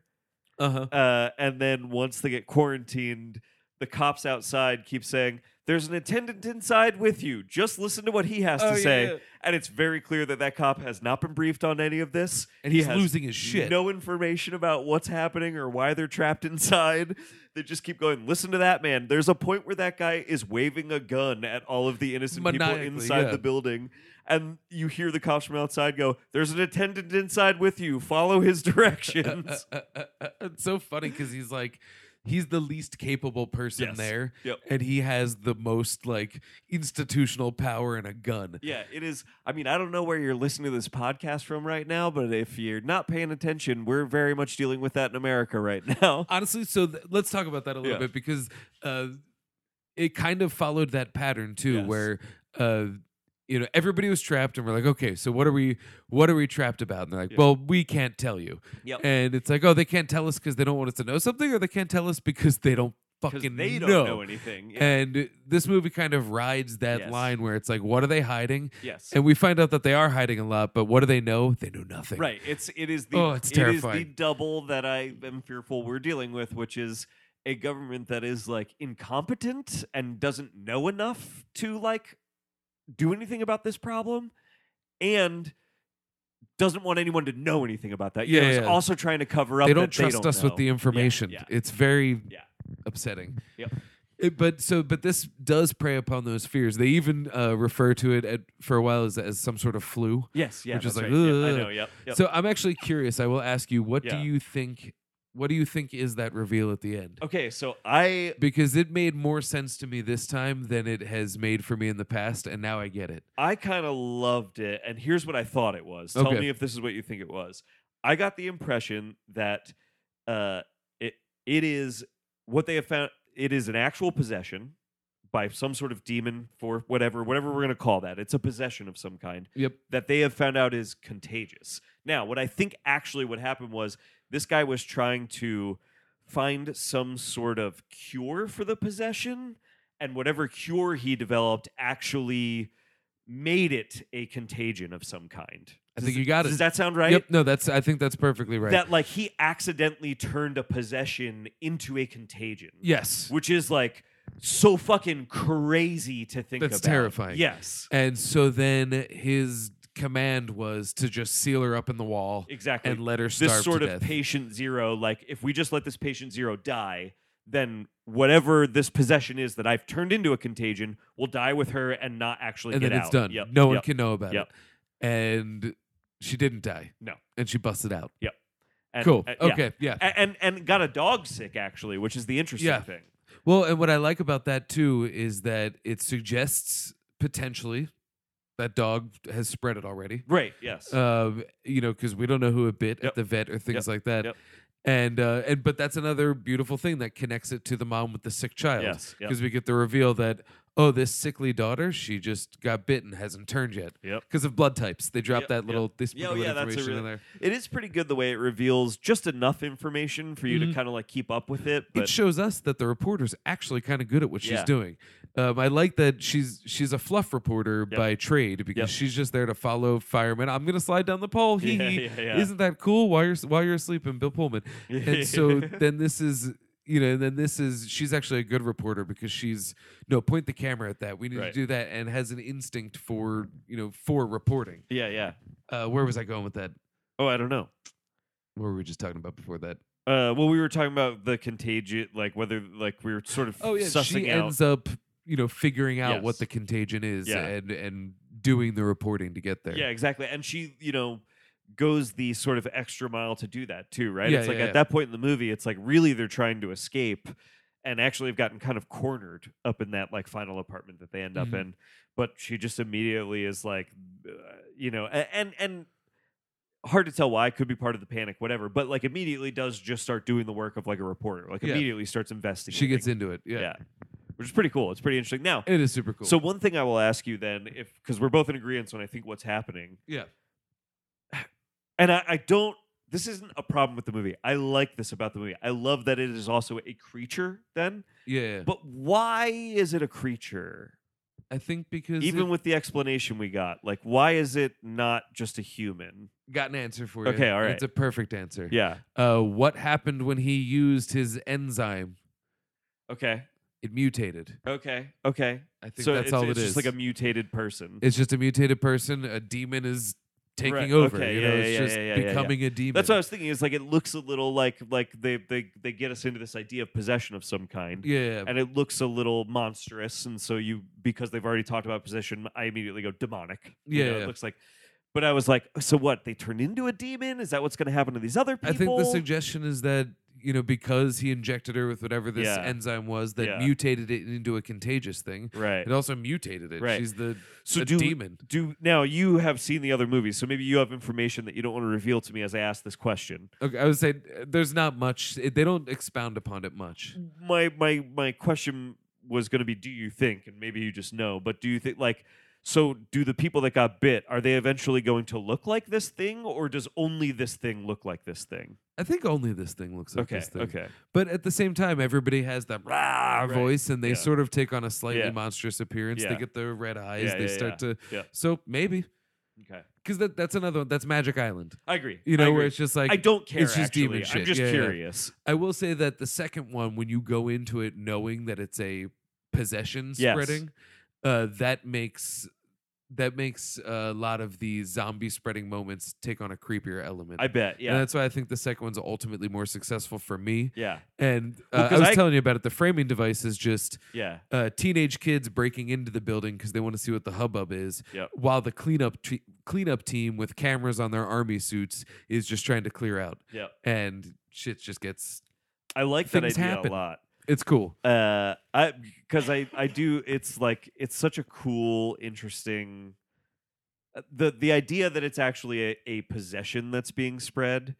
S3: uh-huh
S2: uh, and then once they get quarantined, the cops outside keep saying There's an attendant inside with you. Just listen to what he has
S3: Oh,
S2: to
S3: yeah,
S2: say.
S3: yeah.
S2: And it's very clear that that cop has not been briefed on any of this.
S3: And
S2: He
S3: he's
S2: has
S3: losing his shit.
S2: No information about what's happening or why they're trapped inside. They just keep going, listen to that man. There's a point where that guy is waving a gun at all of the innocent people
S3: Maniacally,
S2: inside
S3: yeah.
S2: the building. And you hear the cops from outside go, There's an attendant inside with you. Follow his directions.
S3: Uh, uh, uh, it's so funny because he's like he's the least capable person
S2: Yes.
S3: there
S2: Yep.
S3: and he has the most like institutional power and a gun
S2: Yeah, it is. I mean, I don't know where you're listening to this podcast from right now, but if you're not paying attention, we're very much dealing with that in America right now.
S3: honestly so th- let's talk about that a little
S2: Yeah.
S3: bit because uh, it kind of followed that pattern too
S2: Yes.
S3: where uh, you know everybody was trapped and we're like okay so what are we what are we trapped about and they're like
S2: Yeah.
S3: well we can't tell you
S2: Yep.
S3: and it's like oh they can't tell us because they don't want us to know something or they can't tell us because they don't
S2: Because
S3: fucking
S2: they don't know, anything. Yeah.
S3: And this movie kind of rides that
S2: Yes.
S3: line where it's like, what are they hiding?
S2: yes.
S3: And we find out that they are hiding a lot, but what do they know? They know nothing.
S2: Right. It's it is the
S3: Oh, it's
S2: it is the
S3: terrifying.
S2: double that I am fearful we're dealing with, which is a government that is like incompetent and doesn't know enough to like do anything about this problem and doesn't want anyone to know anything about that. You know,
S3: Yeah,
S2: is
S3: yeah.
S2: also trying to cover up
S3: They don't
S2: that
S3: trust us with
S2: know.
S3: the
S2: Yeah,
S3: information.
S2: yeah.
S3: It's very
S2: Yeah.
S3: upsetting.
S2: Yep.
S3: It- but so, but this does prey upon those fears. They even uh, refer to it at, for a while as, as some sort of flu.
S2: Yes, yeah.
S3: Which is
S2: that's
S3: like,
S2: right. Yeah, I
S3: ugh.
S2: know, yep. yep.
S3: So I'm actually curious. I will ask you, what
S2: Yeah.
S3: do you think? What do you think is that reveal at the end?
S2: okay, so I
S3: Because it made more sense to me this time than it has made for me in the past, and now I get it.
S2: I kind of loved it, and here's what I thought it was. Tell
S3: Okay.
S2: me if this is what you think it was. I got the impression that uh, it it is what they have found. It is an actual possession by some sort of demon for whatever whatever we're going to call that. It's a possession of some kind
S3: Yep.
S2: that they have found out is contagious. Now, what I think actually what happened was this guy was trying to find some sort of cure for the possession, and whatever cure he developed actually made it a contagion of some kind.
S3: I
S2: Does
S3: think you got
S2: Does
S3: it.
S2: that sound right?
S3: Yep. No, that's. I think that's perfectly right.
S2: That like he accidentally turned a possession into a contagion.
S3: yes.
S2: Which is like so fucking crazy to think
S3: That's
S2: about.
S3: terrifying.
S2: Yes.
S3: And so then his command was to just seal her up in the wall
S2: Exactly.
S3: and let her starve
S2: this sort
S3: to
S2: of
S3: death.
S2: patient zero like if we just let this patient zero die then whatever this possession is that i've turned into a contagion will die with her and not actually
S3: and
S2: get
S3: then
S2: out
S3: it's done.
S2: Yep,
S3: No one
S2: yep.
S3: can know about
S2: Yep.
S3: it. And she didn't die.
S2: No.
S3: And she busted out.
S2: And-
S3: cool.
S2: uh, yeah.
S3: okay. Yeah.
S2: A- and, and got a dog sick actually which is the interesting
S3: Yeah.
S2: thing
S3: Well, and what I like about that too is that it suggests potentially that dog has spread it already.
S2: right yes
S3: um, you know, because we don't know who it bit
S2: Yep.
S3: at the vet or things
S2: Yep.
S3: like that.
S2: Yep.
S3: And uh, and but that's another beautiful thing that connects it to the mom with the sick child.
S2: Yes, yep.
S3: because we get the reveal that oh, this sickly daughter, she just got bitten, hasn't turned yet.
S2: Yep.
S3: because of blood types, they drop
S2: Yep,
S3: that
S2: yep.
S3: little they sprinkle
S2: Yeah, oh, yeah,
S3: that
S2: that's a
S3: information in
S2: really-
S3: there.
S2: it is pretty good the way it reveals just enough information for you to
S3: Mhm.
S2: kind of like keep up with it but
S3: it shows us that the reporter's actually kind of good at what she's
S2: Yeah.
S3: doing. Um, I like that she's she's a fluff reporter
S2: Yep.
S3: by trade
S2: Yep.
S3: because she's just there to follow firemen. I'm gonna slide down the pole. Hee
S2: Yeah,
S3: hee.
S2: yeah, yeah.
S3: Isn't that cool? While you're while you're asleep, and Bill Pullman. and so then this is you know then this is she's actually a good reporter because she's no point the camera at that we need
S2: Right.
S3: to do that and has an instinct for you know for reporting
S2: yeah yeah
S3: uh where was i going with that
S2: oh i don't know
S3: what were we just talking about before that
S2: uh, well, we were talking about the contagion, like whether, like we were sort of sussing
S3: Oh, she
S2: out.
S3: ends up you know figuring out what
S2: Yes.
S3: the contagion is
S2: Yeah.
S3: and and doing the reporting to get there
S2: Yeah, exactly. And she, you know, goes the sort of extra mile to do that too, right?
S3: Yeah,
S2: it's like
S3: yeah,
S2: at
S3: yeah.
S2: that point in the movie, it's like really they're trying to escape and actually have gotten kind of cornered up in that like final apartment that they end up
S3: Mhm.
S2: in. But she just immediately is like, uh, you know, a- and, and, Hard to tell why, could be part of the panic, whatever, but like immediately does just start doing the work of like a reporter, like
S3: Yeah.
S2: immediately starts investigating.
S3: she gets into it yeah.
S2: yeah. Which is pretty cool. It's pretty interesting. Now,
S3: it is super cool
S2: so one thing I will ask you then, if because we're both in agreement on I think what's happening,
S3: yeah
S2: and I, I don't. This isn't a problem with the movie. I like this about the movie. I love that it is also a creature. Then,
S3: yeah, yeah.
S2: but why is it a creature?
S3: i think because
S2: Even
S3: it
S2: with the explanation we got, like why is it not just a human?
S3: got an answer for you
S2: Okay, all right.
S3: it's a perfect answer
S2: Yeah.
S3: uh, what happened when he used his enzyme
S2: Okay.
S3: It mutated.
S2: Okay. Okay.
S3: I think
S2: so
S3: that's
S2: it's,
S3: all
S2: it's
S3: it
S2: just
S3: is.
S2: like a mutated person.
S3: it's just a mutated person. A demon is taking
S2: Right,
S3: over.
S2: okay,
S3: you
S2: yeah,
S3: know,
S2: yeah,
S3: it's
S2: yeah,
S3: just
S2: yeah, yeah, yeah, yeah.
S3: becoming a demon.
S2: That's what I was thinking. Is like it looks a little like like they they they get us into this idea of possession of some kind,
S3: yeah.
S2: and it looks a little monstrous. And so you because they've already talked about possession, I immediately go demonic. you know,
S3: Yeah.
S2: it looks like. But I was like, so what? They turn into a demon? Is that what's going to happen to these other people?
S3: I think the suggestion is that you know because he injected her with whatever this
S2: Yeah.
S3: enzyme was that
S2: Yeah.
S3: mutated it into a contagious thing.
S2: right.
S3: It also mutated it.
S2: Right.
S3: She's the
S2: So
S3: a
S2: do-
S3: demon.
S2: Do now you have seen the other movies, so maybe you have information that you don't want to reveal to me as I ask this question.
S3: Okay, I would say uh, there's not much. It, they don't expound upon it
S2: Mm.
S3: much.
S2: my my my question was going to be do you think and maybe you just know but do you think like so do the people that got bit are they eventually going to look like this thing or does only this thing look like this thing
S3: I think only this thing looks like
S2: okay
S3: this thing.
S2: okay
S3: But at the same time, everybody has that rah
S2: Right.
S3: voice, and they
S2: Yeah.
S3: sort of take on a slightly
S2: Yeah.
S3: monstrous appearance. They
S2: Yeah.
S3: get the red eyes.
S2: Yeah,
S3: they
S2: yeah,
S3: start to.
S2: Yeah.
S3: So maybe
S2: okay
S3: because that, that's another one. That's Magic Island.
S2: i agree
S3: You know,
S2: I,
S3: where
S2: agree.
S3: it's just like
S2: I don't care
S3: it's just
S2: actually.
S3: demon
S2: i'm
S3: shit.
S2: just
S3: Yeah, yeah.
S2: curious
S3: I will say that the second one, when you go into it knowing that it's a possession
S2: Yes.
S3: spreading, uh, that makes that makes a lot of the zombie spreading moments take on a creepier element.
S2: i bet
S3: And
S2: yeah
S3: that's why I think the second one's ultimately more successful for me.
S2: yeah
S3: And
S2: Well,
S3: uh, I
S2: 'cause
S3: was
S2: I-
S3: telling you about it. The framing device is just
S2: yeah
S3: uh, teenage kids breaking into the building because they want to see what the hubbub is,
S2: Yep.
S3: while the cleanup t- cleanup team with cameras on their army suits is just trying to clear out.
S2: yeah
S3: And shit just gets
S2: i like that
S3: Things
S2: idea
S3: happen.
S2: a lot
S3: it's cool.
S2: uh i because i i do it's like it's such a cool interesting uh, the the idea that it's actually a, a possession that's being spread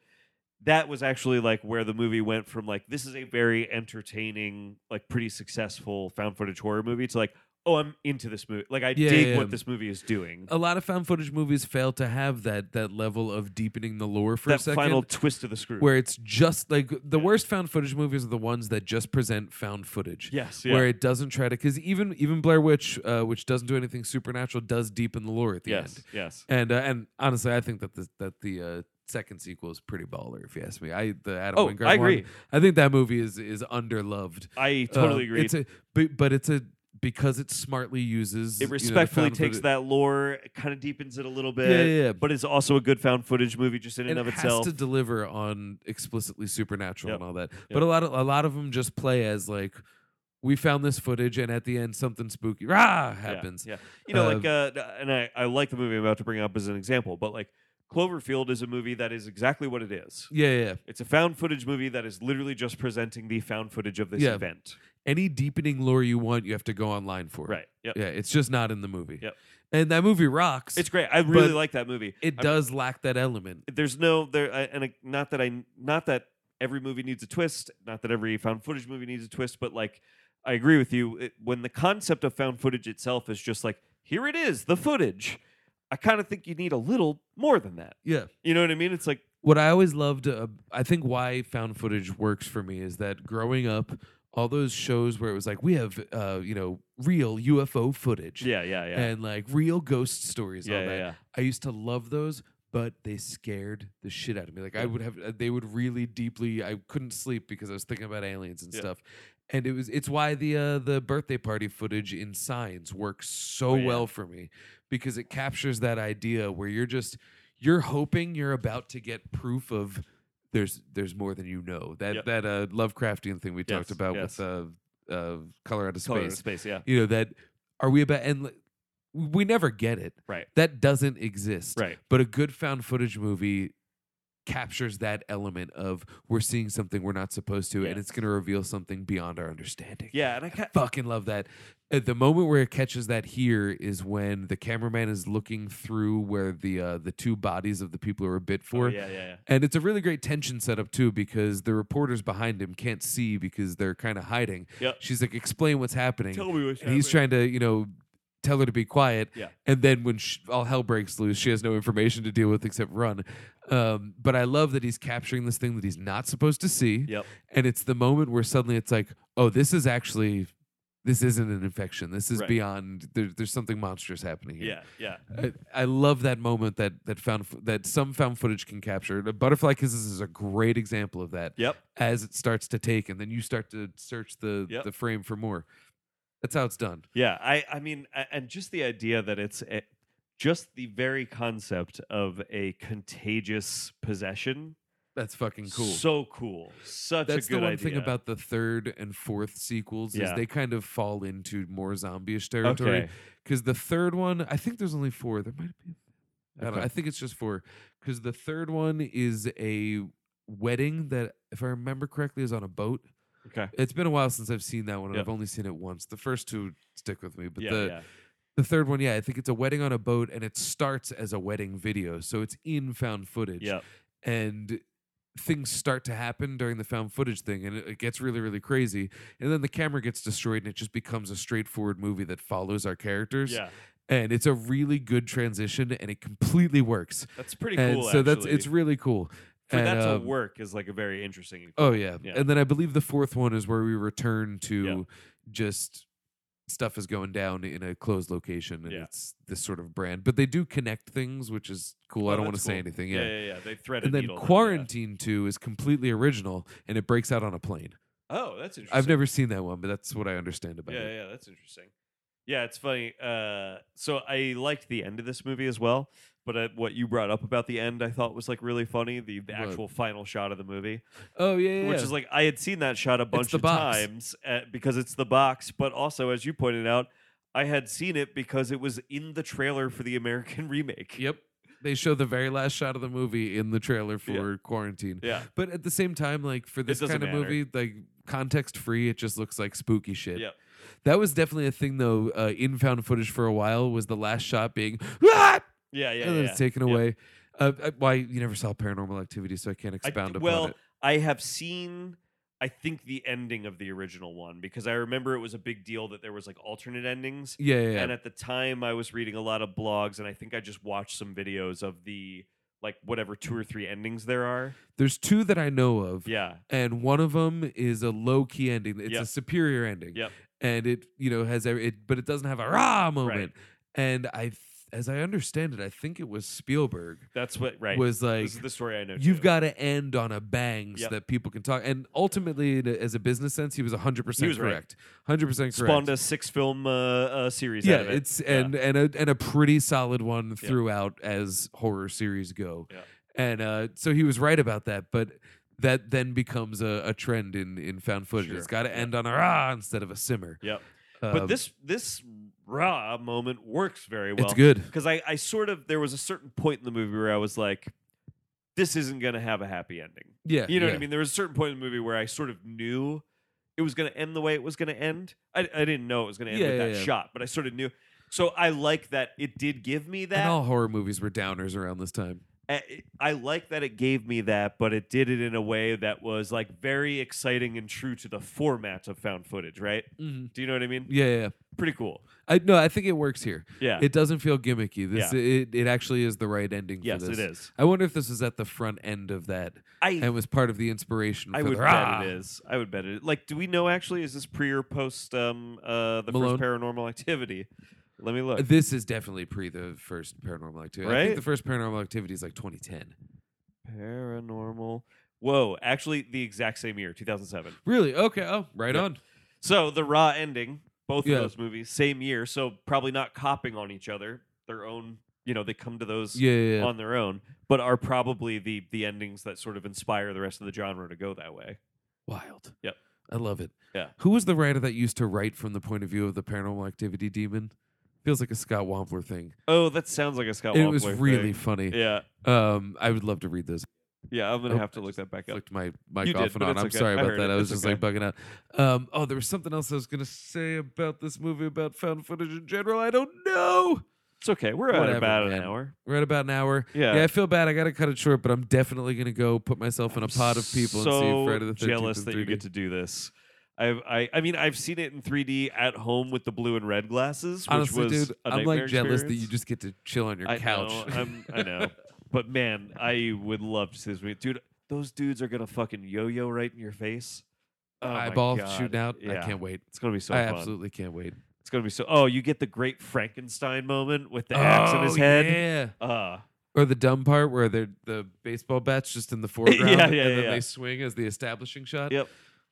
S2: that was actually like where the movie went from like this is a very entertaining like pretty successful found footage horror movie to like oh i'm into this movie like i dig
S3: Yeah, yeah,
S2: what
S3: yeah. Uh,
S2: this movie is doing
S3: a lot of found footage movies fail to have that that level of deepening the lore for a
S2: that
S3: second.
S2: final twist of the screw
S3: where it's just like the worst found footage movies are the ones that just present found footage.
S2: yes yeah.
S3: Where it doesn't try to, because even even Blair Witch, uh, which doesn't do anything supernatural, does deepen the lore at the
S2: yes
S3: end.
S2: yes
S3: And uh, and honestly, I think that the that the uh, second sequel is pretty baller. If you ask me, I the Adam
S2: oh
S3: Wingard
S2: i agree
S3: one, I think that movie is is underloved.
S2: i totally
S3: Um,
S2: agree
S3: It's a but, but it's a because it smartly uses you
S2: it
S3: know, the
S2: respectfully
S3: found
S2: takes
S3: footage-
S2: that lore kind of deepens it a little bit
S3: Yeah, yeah, yeah.
S2: but it's also a good found footage movie just in and,
S3: it
S2: of
S3: has
S2: itself
S3: to deliver on explicitly supernatural
S2: Yep.
S3: and all that. But a lot of a lot of them just play as like we found this footage and at the end something spooky rah
S2: Yeah,
S3: happens. Um,
S2: yeah, you know like uh and i i like the movie i'm about to bring up as an example but like cloverfield is a movie that is exactly what it is
S3: Yeah, yeah. yeah.
S2: it's a found footage movie that is literally just presenting the found footage of this
S3: Yeah.
S2: event
S3: Any deepening lore you want, you have to go online for. it.
S2: right yep.
S3: Yeah, it's just not in the movie.
S2: Yep.
S3: And that movie rocks.
S2: it's great i really
S3: But
S2: like that movie
S3: it
S2: I-
S3: does lack that element.
S2: there's no there I, and I, not that i not that every movie needs a twist not that every found footage movie needs a twist but like i agree with you it, when the concept of found footage itself is just like here it is the footage i kind of think you need a little more than that
S3: Yeah.
S2: you know what i mean it's like
S3: What I always loved, uh, I think why found footage works for me is that growing up, all those shows where it was like, we have, uh, you know, real UFO footage.
S2: yeah yeah yeah
S3: and like real ghost stories and
S2: yeah,
S3: all
S2: yeah,
S3: that.
S2: yeah.
S3: I used to love those, but they scared the shit out of me. Like I would have uh, they would really deeply I couldn't sleep because I was thinking about aliens and
S2: Yeah.
S3: stuff. And it was it's why the uh, the birthday party footage in Signs works so
S2: Oh, yeah.
S3: well for me because it captures that idea where you're just you're hoping you're about to get proof of there's there's more than you know. That
S2: Yep.
S3: that uh, Lovecraftian thing we talked
S2: Yes,
S3: about
S2: yes.
S3: with uh, uh, Colorado
S2: Color in
S3: Space
S2: space yeah
S3: you know that are we about and like, we never get it
S2: Right.
S3: that doesn't exist
S2: right
S3: but a good found footage movie captures that element of we're seeing something we're not supposed to and
S2: Yeah.
S3: it's going to reveal something beyond our understanding
S2: yeah and i ca-
S3: fucking love that at the moment where it catches that here is when the cameraman is looking through where the uh, the two bodies of the people who are bit
S2: oh,
S3: for
S2: yeah yeah yeah
S3: and it's a really great tension setup too because the reporters behind him can't see because they're kind of hiding
S2: Yep.
S3: she's like explain what's happening
S2: tell me what's
S3: and he's
S2: happening.
S3: trying to you know tell her to be quiet
S2: Yeah.
S3: and then when sh all hell breaks loose she has no information to deal with except run um, but i love that he's capturing this thing that he's not supposed to see
S2: yep
S3: and it's the moment where suddenly it's like oh this is actually this isn't an infection. This is
S2: Right.
S3: beyond. There, there's something monstrous happening here.
S2: Yeah, yeah.
S3: I, I love that moment that that found f- that some found footage can capture. The butterfly kisses is a great example of that.
S2: Yep.
S3: As it starts to take, and then you start to search the
S2: Yep.
S3: the frame for more. That's how it's done.
S2: Yeah, I I mean, a- and just the idea that it's a, just the very concept of a contagious possession.
S3: That's fucking cool.
S2: So cool. Such
S3: That's
S2: a good
S3: the one
S2: idea.
S3: thing about the third and fourth sequels is
S2: Yeah.
S3: they kind of fall into more zombie-ish
S2: okay.
S3: territory. Because the third one, I think there's only four. There might be. I, don't know.
S2: Okay.
S3: I think it's just four. Because the third one is a wedding that, if I remember correctly, is on a boat.
S2: Okay.
S3: It's been a while since I've seen that one, and
S2: Yeah.
S3: I've only seen it once. The first two stick with me, but
S2: yeah,
S3: the
S2: yeah.
S3: the third one, yeah, I think it's a wedding on a boat, and it starts as a wedding video, so it's in found footage,
S2: Yeah.
S3: and things start to happen during the found footage thing, and it, it gets really, really crazy, and then the camera gets destroyed, and it just becomes a straightforward movie that follows our characters,
S2: Yeah.
S3: and it's a really good transition, and it completely works,
S2: That's pretty
S3: and
S2: cool.
S3: so that's
S2: actually.
S3: it's really cool.
S2: for
S3: and,
S2: that to
S3: um,
S2: work is like a very interesting.
S3: Oh yeah.
S2: Yeah.
S3: And then I believe the fourth one is where we return to just stuff is going down in a closed location and
S2: Yeah.
S3: it's this sort of brand. But they do connect things, which is cool.
S2: Oh,
S3: I don't want to
S2: that's
S3: say
S2: cool.
S3: anything.
S2: yeah,
S3: Yeah.
S2: yeah, yeah. They threaded
S3: And then
S2: needle.
S3: Quarantine 2 is completely original and it breaks out on a plane.
S2: Oh, that's interesting.
S3: I've never seen that one, but that's what I understand about
S2: Yeah,
S3: it.
S2: yeah, that's interesting. Yeah, it's funny. Uh, so I liked the end of this movie as well, but uh, what you brought up about the end, I thought was like really funny. The, the
S3: What?
S2: actual final shot of the movie,
S3: Oh, yeah, yeah.
S2: which is like I had seen that shot a bunch
S3: the
S2: of
S3: box.
S2: times uh because it's the box, but also as you pointed out, I had seen it because it was in the trailer for the American remake.
S3: Yep. They show the very last shot of the movie in the trailer for
S2: Yeah.
S3: Quarantine.
S2: Yeah,
S3: But at the same time, like for this
S2: doesn't
S3: kind of
S2: matter.
S3: movie, like context free, it just looks like spooky shit.
S2: Yep.
S3: That was definitely a thing though, uh, in found footage for a while was the last shot being "Ah!"
S2: yeah, yeah.
S3: and then
S2: yeah.
S3: it's taken
S2: Yep.
S3: away. Uh, uh, why you never saw paranormal activity, so I can't
S2: I d-
S3: expound upon
S2: well,
S3: it.
S2: I have seen, I think, the ending of the original one because I remember it was a big deal that there was like alternate endings.
S3: Yeah, yeah, yeah.
S2: And at the time, I was reading a lot of blogs, and I think I just watched some videos of the like whatever two or three endings there are.
S3: There's two that I know of,
S2: Yeah,
S3: and one of them is a low key ending. It's a
S2: Yep.
S3: superior ending.
S2: Yep.
S3: And it, you know, has every, it, but it doesn't have a rah moment.
S2: Right.
S3: And I, th- as I understand it, I think it was Spielberg
S2: that's what. Right.
S3: was like.
S2: this is the story I know.
S3: You've
S2: too.
S3: got to end on a bang so
S2: Yep.
S3: that people can talk. And ultimately, in a- as a business sense, he was 100%
S2: He was right.
S3: correct. 100%
S2: spawned
S3: correct.
S2: a six film uh, uh, series.
S3: yeah,
S2: out of it.
S3: it's
S2: Yeah.
S3: and and a and a pretty solid one throughout as horror series go.
S2: Yeah.
S3: And uh, so he was right about that, but that then becomes a, a trend in in found footage.
S2: Sure.
S3: It's got to
S2: Yeah.
S3: end on a rah instead of a simmer.
S2: Yep.
S3: Uh,
S2: but this this raw moment works very well.
S3: it's good.
S2: because I, I sort of there was a certain point in the movie where I was like, this isn't gonna have a happy ending.
S3: Yeah,
S2: You know what
S3: yeah.
S2: I mean? There was a certain point in the movie where I sort of knew it was gonna end the way it was gonna end. I, I didn't know it was gonna end
S3: Yeah,
S2: with
S3: yeah,
S2: that
S3: yeah.
S2: shot, but I sort of knew. So I like that it did give me that.
S3: And all horror movies were downers around this time.
S2: I, I like that it gave me that, but it did it in a way that was like very exciting and true to the format of found footage. Right?
S3: Mhm.
S2: Do you know what I mean?
S3: Yeah, yeah, yeah.
S2: Pretty cool.
S3: I no, I think it works here.
S2: Yeah.
S3: It doesn't feel gimmicky. This
S2: Yeah.
S3: it, it actually is the right ending
S2: yes,
S3: for this.
S2: it is.
S3: I wonder if this was at the front end of that
S2: I
S3: and was part of the inspiration
S2: I
S3: for
S2: would
S3: the "Ah, rah.
S2: bet it is. I would bet it. Like, do we know actually? Is this pre or post um uh the
S3: Malone?
S2: first paranormal activity? Let me look.
S3: This is definitely pre the first paranormal activity. I think
S2: Right?
S3: the first paranormal activity is like 2010.
S2: Paranormal. Whoa, actually the exact same year, 2007.
S3: Really? Okay. Oh, right
S2: Yeah.
S3: on.
S2: So the raw ending, both
S3: Yeah.
S2: of those movies, same year, so probably not copying on each other. Their own, you know, they come to those
S3: Yeah, yeah, yeah.
S2: on their own, but are probably the the endings that sort of inspire the rest of the genre to go that way.
S3: Wild.
S2: Yep.
S3: I love it.
S2: Yeah.
S3: Who was the writer that used to write from the point of view of the paranormal activity demon? Feels like a Scott Wampler thing.
S2: Oh, that sounds like a Scott.
S3: it was
S2: Wampler
S3: really
S2: thing.
S3: funny.
S2: Yeah,
S3: Um, I would love to read this.
S2: yeah. I'm gonna
S3: Oh,
S2: have to
S3: I
S2: look that back up.
S3: flicked my mic
S2: You did,
S3: off and
S2: but
S3: on.
S2: it's
S3: I'm
S2: okay.
S3: sorry
S2: I
S3: about
S2: heard
S3: that.
S2: it.
S3: I was
S2: It's
S3: just like bugging out. Um, oh, there was something else I was gonna say about this movie about found footage in general. I don't know.
S2: It's okay. We're at
S3: Whatever,
S2: about
S3: man.
S2: an hour.
S3: We're at about an hour.
S2: Yeah.
S3: I feel bad. I gotta cut it short, but I'm definitely gonna go put myself in a pod of people
S2: so
S3: and see Friday the 13th.
S2: jealous
S3: in
S2: that you
S3: 3D.
S2: get to do this. I've, I I mean I've seen it in 3D at home with the blue and red glasses, which
S3: Honestly,
S2: was
S3: dude,
S2: a
S3: I'm
S2: nightmare
S3: like jealous that
S2: experience.
S3: you just get to chill on your
S2: I
S3: couch.
S2: Know, I'm, I know, but man, I would love to see this movie, dude. Those dudes are gonna fucking yo-yo right in your face. Oh my
S3: eyeball
S2: God.
S3: shooting out.
S2: Yeah.
S3: I can't wait.
S2: It's gonna be so
S3: I
S2: fun.
S3: absolutely can't wait.
S2: It's gonna be so. Oh, you get the great Frankenstein moment with the axe in his
S3: Oh,
S2: head.
S3: Yeah.
S2: Uh,
S3: Or the dumb part where they're the baseball bats just in the foreground
S2: yeah,
S3: and then
S2: yeah.
S3: they swing as the establishing shot.
S2: Yep.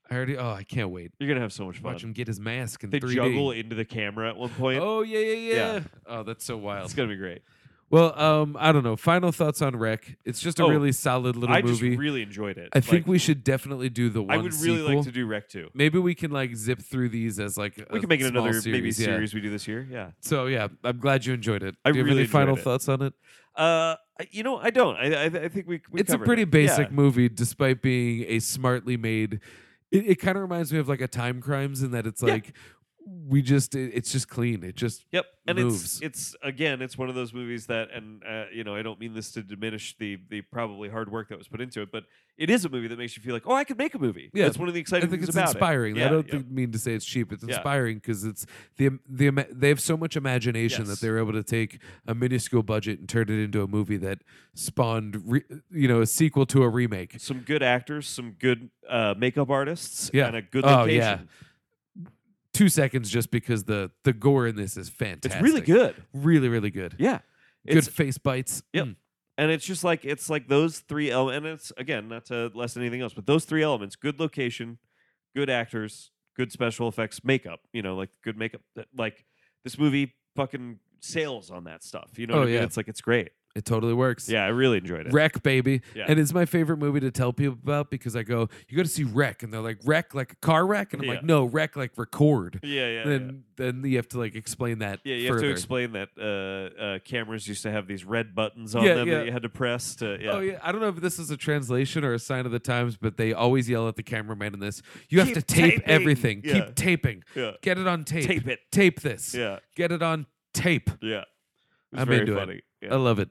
S3: I already oh I can't wait.
S2: you're gonna have so much fun.
S3: Watch him get his mask in
S2: they
S3: 3D.
S2: juggle into the camera at one point.
S3: Oh yeah, yeah, yeah,
S2: Yeah.
S3: Oh, that's so wild.
S2: it's gonna be great.
S3: Well, um, I don't know. Final thoughts on Wreck. It's just a
S2: Oh,
S3: really solid little
S2: I just
S3: movie.
S2: really enjoyed it.
S3: I think
S2: Like,
S3: we should definitely do the one
S2: I would really
S3: sequel.
S2: like to do Rec Two.
S3: Maybe we can like zip through these as like
S2: We
S3: a
S2: can make it
S3: small
S2: another maybe
S3: yeah.
S2: series we do this year. Yeah.
S3: So yeah, I'm glad you enjoyed it.
S2: I
S3: do you have
S2: really
S3: any final
S2: enjoyed it.
S3: thoughts on it?
S2: Uh, I- you know, I don't. I I, I think we. we
S3: it's a
S2: covered
S3: pretty
S2: it.
S3: basic
S2: Yeah.
S3: movie, despite being a smartly made. It, it kind of reminds me of like a Time Crimes in that it's
S2: Yeah.
S3: like we just it, it's just clean. It just
S2: Yep, and
S3: moves.
S2: it's it's again, it's one of those movies that, and uh, you know, I don't mean this to diminish the the probably hard work that was put into it, but it is a movie that makes you feel like, oh, I could make a movie.
S3: Yeah.
S2: that's one of the
S3: I
S2: exciting
S3: think
S2: things
S3: it's
S2: about
S3: inspiring.
S2: it. Yeah,
S3: I don't
S2: yeah.
S3: think, mean to say it's cheap. It's
S2: Yeah.
S3: inspiring because it's the the ama- they have so much imagination
S2: Yes.
S3: that they're able to take a minuscule budget and turn it into a movie that spawned re, you know a sequel to a remake.
S2: some good actors, some good uh, makeup artists,
S3: Yeah.
S2: and a good
S3: Oh,
S2: location.
S3: yeah. Two seconds just because the the gore in this is fantastic.
S2: It's really good.
S3: Really, really good.
S2: Yeah,
S3: Good
S2: it's
S3: face bites.
S2: Yep.
S3: Mm.
S2: and it's just like it's like those three elements. And it's again not to lessen anything else, but those three elements: good location, good actors, good special effects, makeup. You know, like good makeup. that- Like this movie, fucking sails on that stuff. You know,
S3: Oh,
S2: what I mean?
S3: yeah.
S2: it's like it's great.
S3: It totally works.
S2: Yeah, I really enjoyed it.
S3: Wreck, baby.
S2: Yeah.
S3: And it's my favorite movie to tell people about because I go, you got to see Wreck. And they're like, Wreck like a car wreck? And I'm
S2: Yeah.
S3: like, no, Wreck like record.
S2: yeah, yeah. yeah.
S3: then then you have to like explain that
S2: Yeah, you
S3: further.
S2: have to explain that uh, uh, cameras used to have these red buttons on
S3: Yeah,
S2: them
S3: yeah.
S2: that you had to press to. Yeah.
S3: Oh yeah, I don't know if this is a translation or a sign of the times, but they always yell at the cameraman in this. You have
S2: Keep
S3: to tape
S2: taping."
S3: everything.
S2: Yeah.
S3: Keep taping.
S2: yeah,
S3: Get it on tape.
S2: Tape it.
S3: Tape this.
S2: yeah,
S3: Get it on tape.
S2: yeah. It was
S3: I'm
S2: very
S3: into it.
S2: funny. Yeah.
S3: I love it.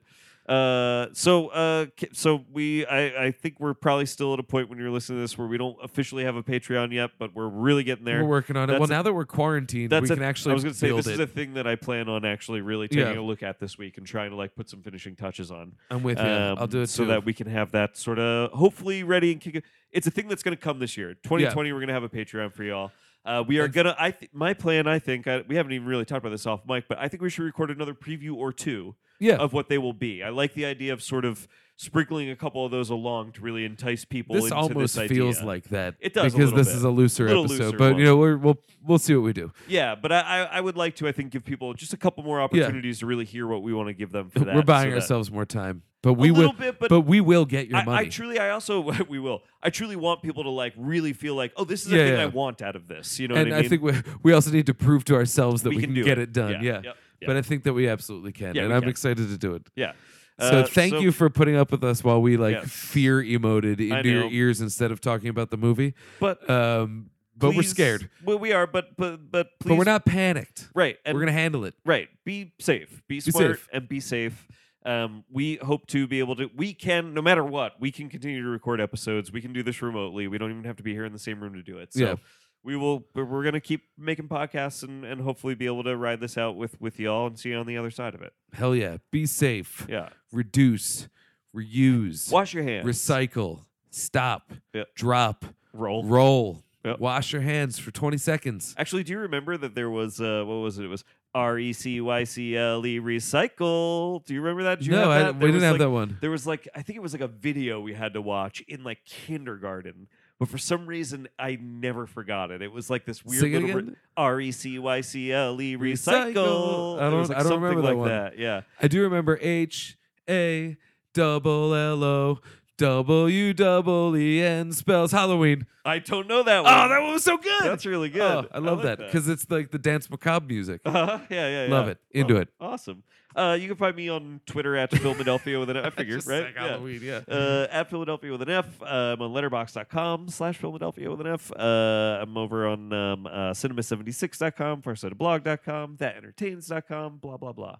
S2: Uh, so uh, k- so we I, I think we're probably still at a point when you're listening to this where we don't officially have a Patreon yet, but we're really getting there.
S3: We're working on it.
S2: That's
S3: Well,
S2: a-
S3: now that we're quarantined,
S2: that's
S3: we
S2: a-
S3: can actually
S2: I was gonna say
S3: build
S2: this is
S3: it.
S2: a thing that I plan on actually really
S3: Yeah.
S2: taking a look at this week and trying to like put some finishing touches on.
S3: I'm with you.
S2: um,
S3: I'll do it
S2: so
S3: too.
S2: that we can have that sort of hopefully ready and kick. It. It's a thing that's going to come this year, 2020. We're going to have a Patreon for y'all. Uh, we are
S3: And-
S2: gonna. I th- my plan. I think I, we haven't even really talked about this off mic, but I think we should record another preview or two
S3: yeah.
S2: of what they will be. I like the idea of sort of sprinkling a couple of those along to really entice people.
S3: this
S2: into
S3: almost
S2: this
S3: feels
S2: idea.
S3: like that.
S2: It does a
S3: because
S2: little
S3: this
S2: bit.
S3: is a looser
S2: Little
S3: episode.
S2: looser
S3: but
S2: one.
S3: you know, we're, we'll we'll see what we do.
S2: yeah, but I, I I would like to. I think give people just a couple more opportunities to really hear what we want to give them for that.
S3: we're buying
S2: so that-
S3: ourselves more time, but
S2: a
S3: we
S2: little
S3: will.
S2: bit, but.
S3: But we will get your
S2: I,
S3: money.
S2: I truly, I also we will. I truly want people to like really feel like, oh, this is a
S3: Yeah,
S2: thing
S3: yeah.
S2: I want out of this. You know
S3: and
S2: what
S3: I,
S2: I mean?
S3: think we, we also need to prove to ourselves that we, can,
S2: do
S3: get it, done. Yeah.
S2: Yep, yep.
S3: But I think that we absolutely can.
S2: Yeah,
S3: and
S2: we
S3: I'm
S2: can.
S3: excited to do it.
S2: yeah.
S3: So
S2: Uh,
S3: thank you for putting up with us while we like
S2: Yeah.
S3: fear emoted
S2: I
S3: into your
S2: know.
S3: ears instead of talking about the movie.
S2: But
S3: Um, but we're
S2: please-
S3: scared.
S2: Well, we are, but but but please,
S3: But we're not panicked.
S2: right. And
S3: we're gonna handle it.
S2: right be safe be
S3: Be
S2: smart
S3: safe.
S2: and be safe um, we hope to be able to we can no matter what we can continue to record episodes we can do this remotely we don't even have to be here in the same room to do it so
S3: Yeah.
S2: we will we're- we're going to keep making podcasts and, and hopefully be able to ride this out with with y'all and see you on the other side of it
S3: Hell yeah. Be safe.
S2: yeah
S3: Reduce. Reuse.
S2: wash your hands
S3: Recycle. Stop.
S2: Yep.
S3: Drop.
S2: roll
S3: Roll.
S2: Yep.
S3: Wash your hands for 20 seconds.
S2: actually do you remember that there was uh what was it it was E r-e-c-y-c-l-e E recycle do you remember that Did you have
S3: no, I,
S2: that?
S3: we
S2: There
S3: didn't
S2: was,
S3: have
S2: like,
S3: that one.
S2: there was like I think it was like a video we had to watch in like kindergarten, but for some reason I never forgot it. It was like this weird
S3: Sing it
S2: little re-
S3: again.
S2: R E C Y C L E
S3: Recycle.
S2: recycle.
S3: I
S2: It was, like,
S3: don't- I don't
S2: something
S3: remember that
S2: like
S3: one.
S2: that. Yeah,
S3: I do remember H A double L O W double E N spells Halloween.
S2: I don't know that one.
S3: Oh, that one was so good.
S2: That's really good.
S3: Oh, I love
S2: like
S3: that because it's like the dance macabre music.
S2: Uh-huh. Yeah, yeah, yeah.
S3: Love it. Into
S2: Oh,
S3: it.
S2: Awesome. Uh, you can find me on Twitter at Philadelphia with an F. I figured,
S3: Just
S2: right?
S3: like
S2: Yeah.
S3: Halloween, yeah.
S2: uh, at Philadelphia with an F. Uh, I'm on letterbox.com slash Philadelphia with an F. Uh, I'm over on um, uh, cinema76.com, farsightedblog.com, thatentertains.com, blah, blah, blah.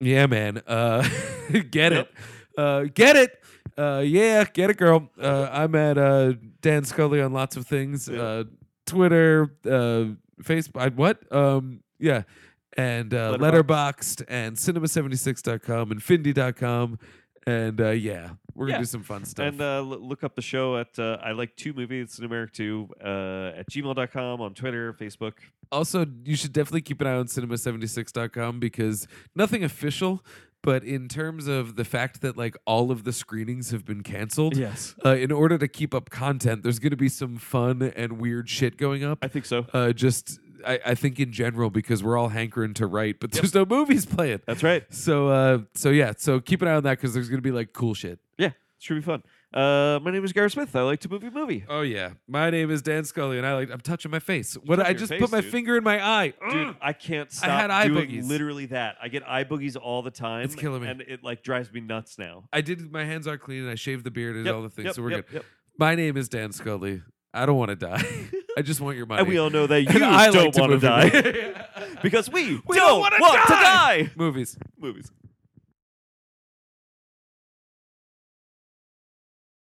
S3: Yeah, man. Uh,
S2: Yep.
S3: get it. Uh, get it. Uh, yeah, get it, girl. Uh, I'm at uh, Dan Scully on lots of things
S2: Yeah.
S3: uh, Twitter, uh, Facebook, I- what? Um, yeah. And uh,
S2: Letterboxd.
S3: Letterboxed. and cinema76.com and findy.com. And uh, yeah, We're gonna
S2: Yeah.
S3: do some fun stuff.
S2: And uh, l- look up the show at uh, I Like Two Movie. It's numeric two uh, at gmail.com, on Twitter, Facebook.
S3: also, you should definitely keep an eye on cinema76.com because nothing official, but in terms of the fact that like all of the screenings have been canceled,
S2: Yes.
S3: uh, in order to keep up content, there's going to be some fun and weird shit going up.
S2: I think so.
S3: Uh, just, I, I think in general, because we're all hankering to write, but there's no movies playing.
S2: That's right.
S3: So, uh, so yeah, so keep an eye on that because there's going to be like cool shit.
S2: Yeah, it should be fun. Uh, my name is Gareth Smith. I like to movie movie.
S3: Oh yeah, my name is Dan Scully, and I like I'm touching my face. What
S2: touching
S3: I
S2: your
S3: just
S2: face,
S3: put my
S2: dude.
S3: finger in my eye.
S2: Dude,
S3: Ugh.
S2: I can't stop
S3: Mm. had eye
S2: doing
S3: boogies.
S2: literally that. I get eye boogies all the time.
S3: It's killing me.
S2: And it like drives me nuts now.
S3: I did. My hands are clean, and I shaved the beard and
S2: Yep,
S3: all the things.
S2: yep,
S3: so we're
S2: yep,
S3: good.
S2: yep.
S3: My name is Dan Scully. I don't want to die. I just want your money.
S2: And we all know that you
S3: And I
S2: don't
S3: like
S2: want to
S3: move
S2: die
S3: your-
S2: because we,
S3: We
S2: don't,
S3: don't wanna
S2: want
S3: die!
S2: to die.
S3: Movies.
S2: Movies.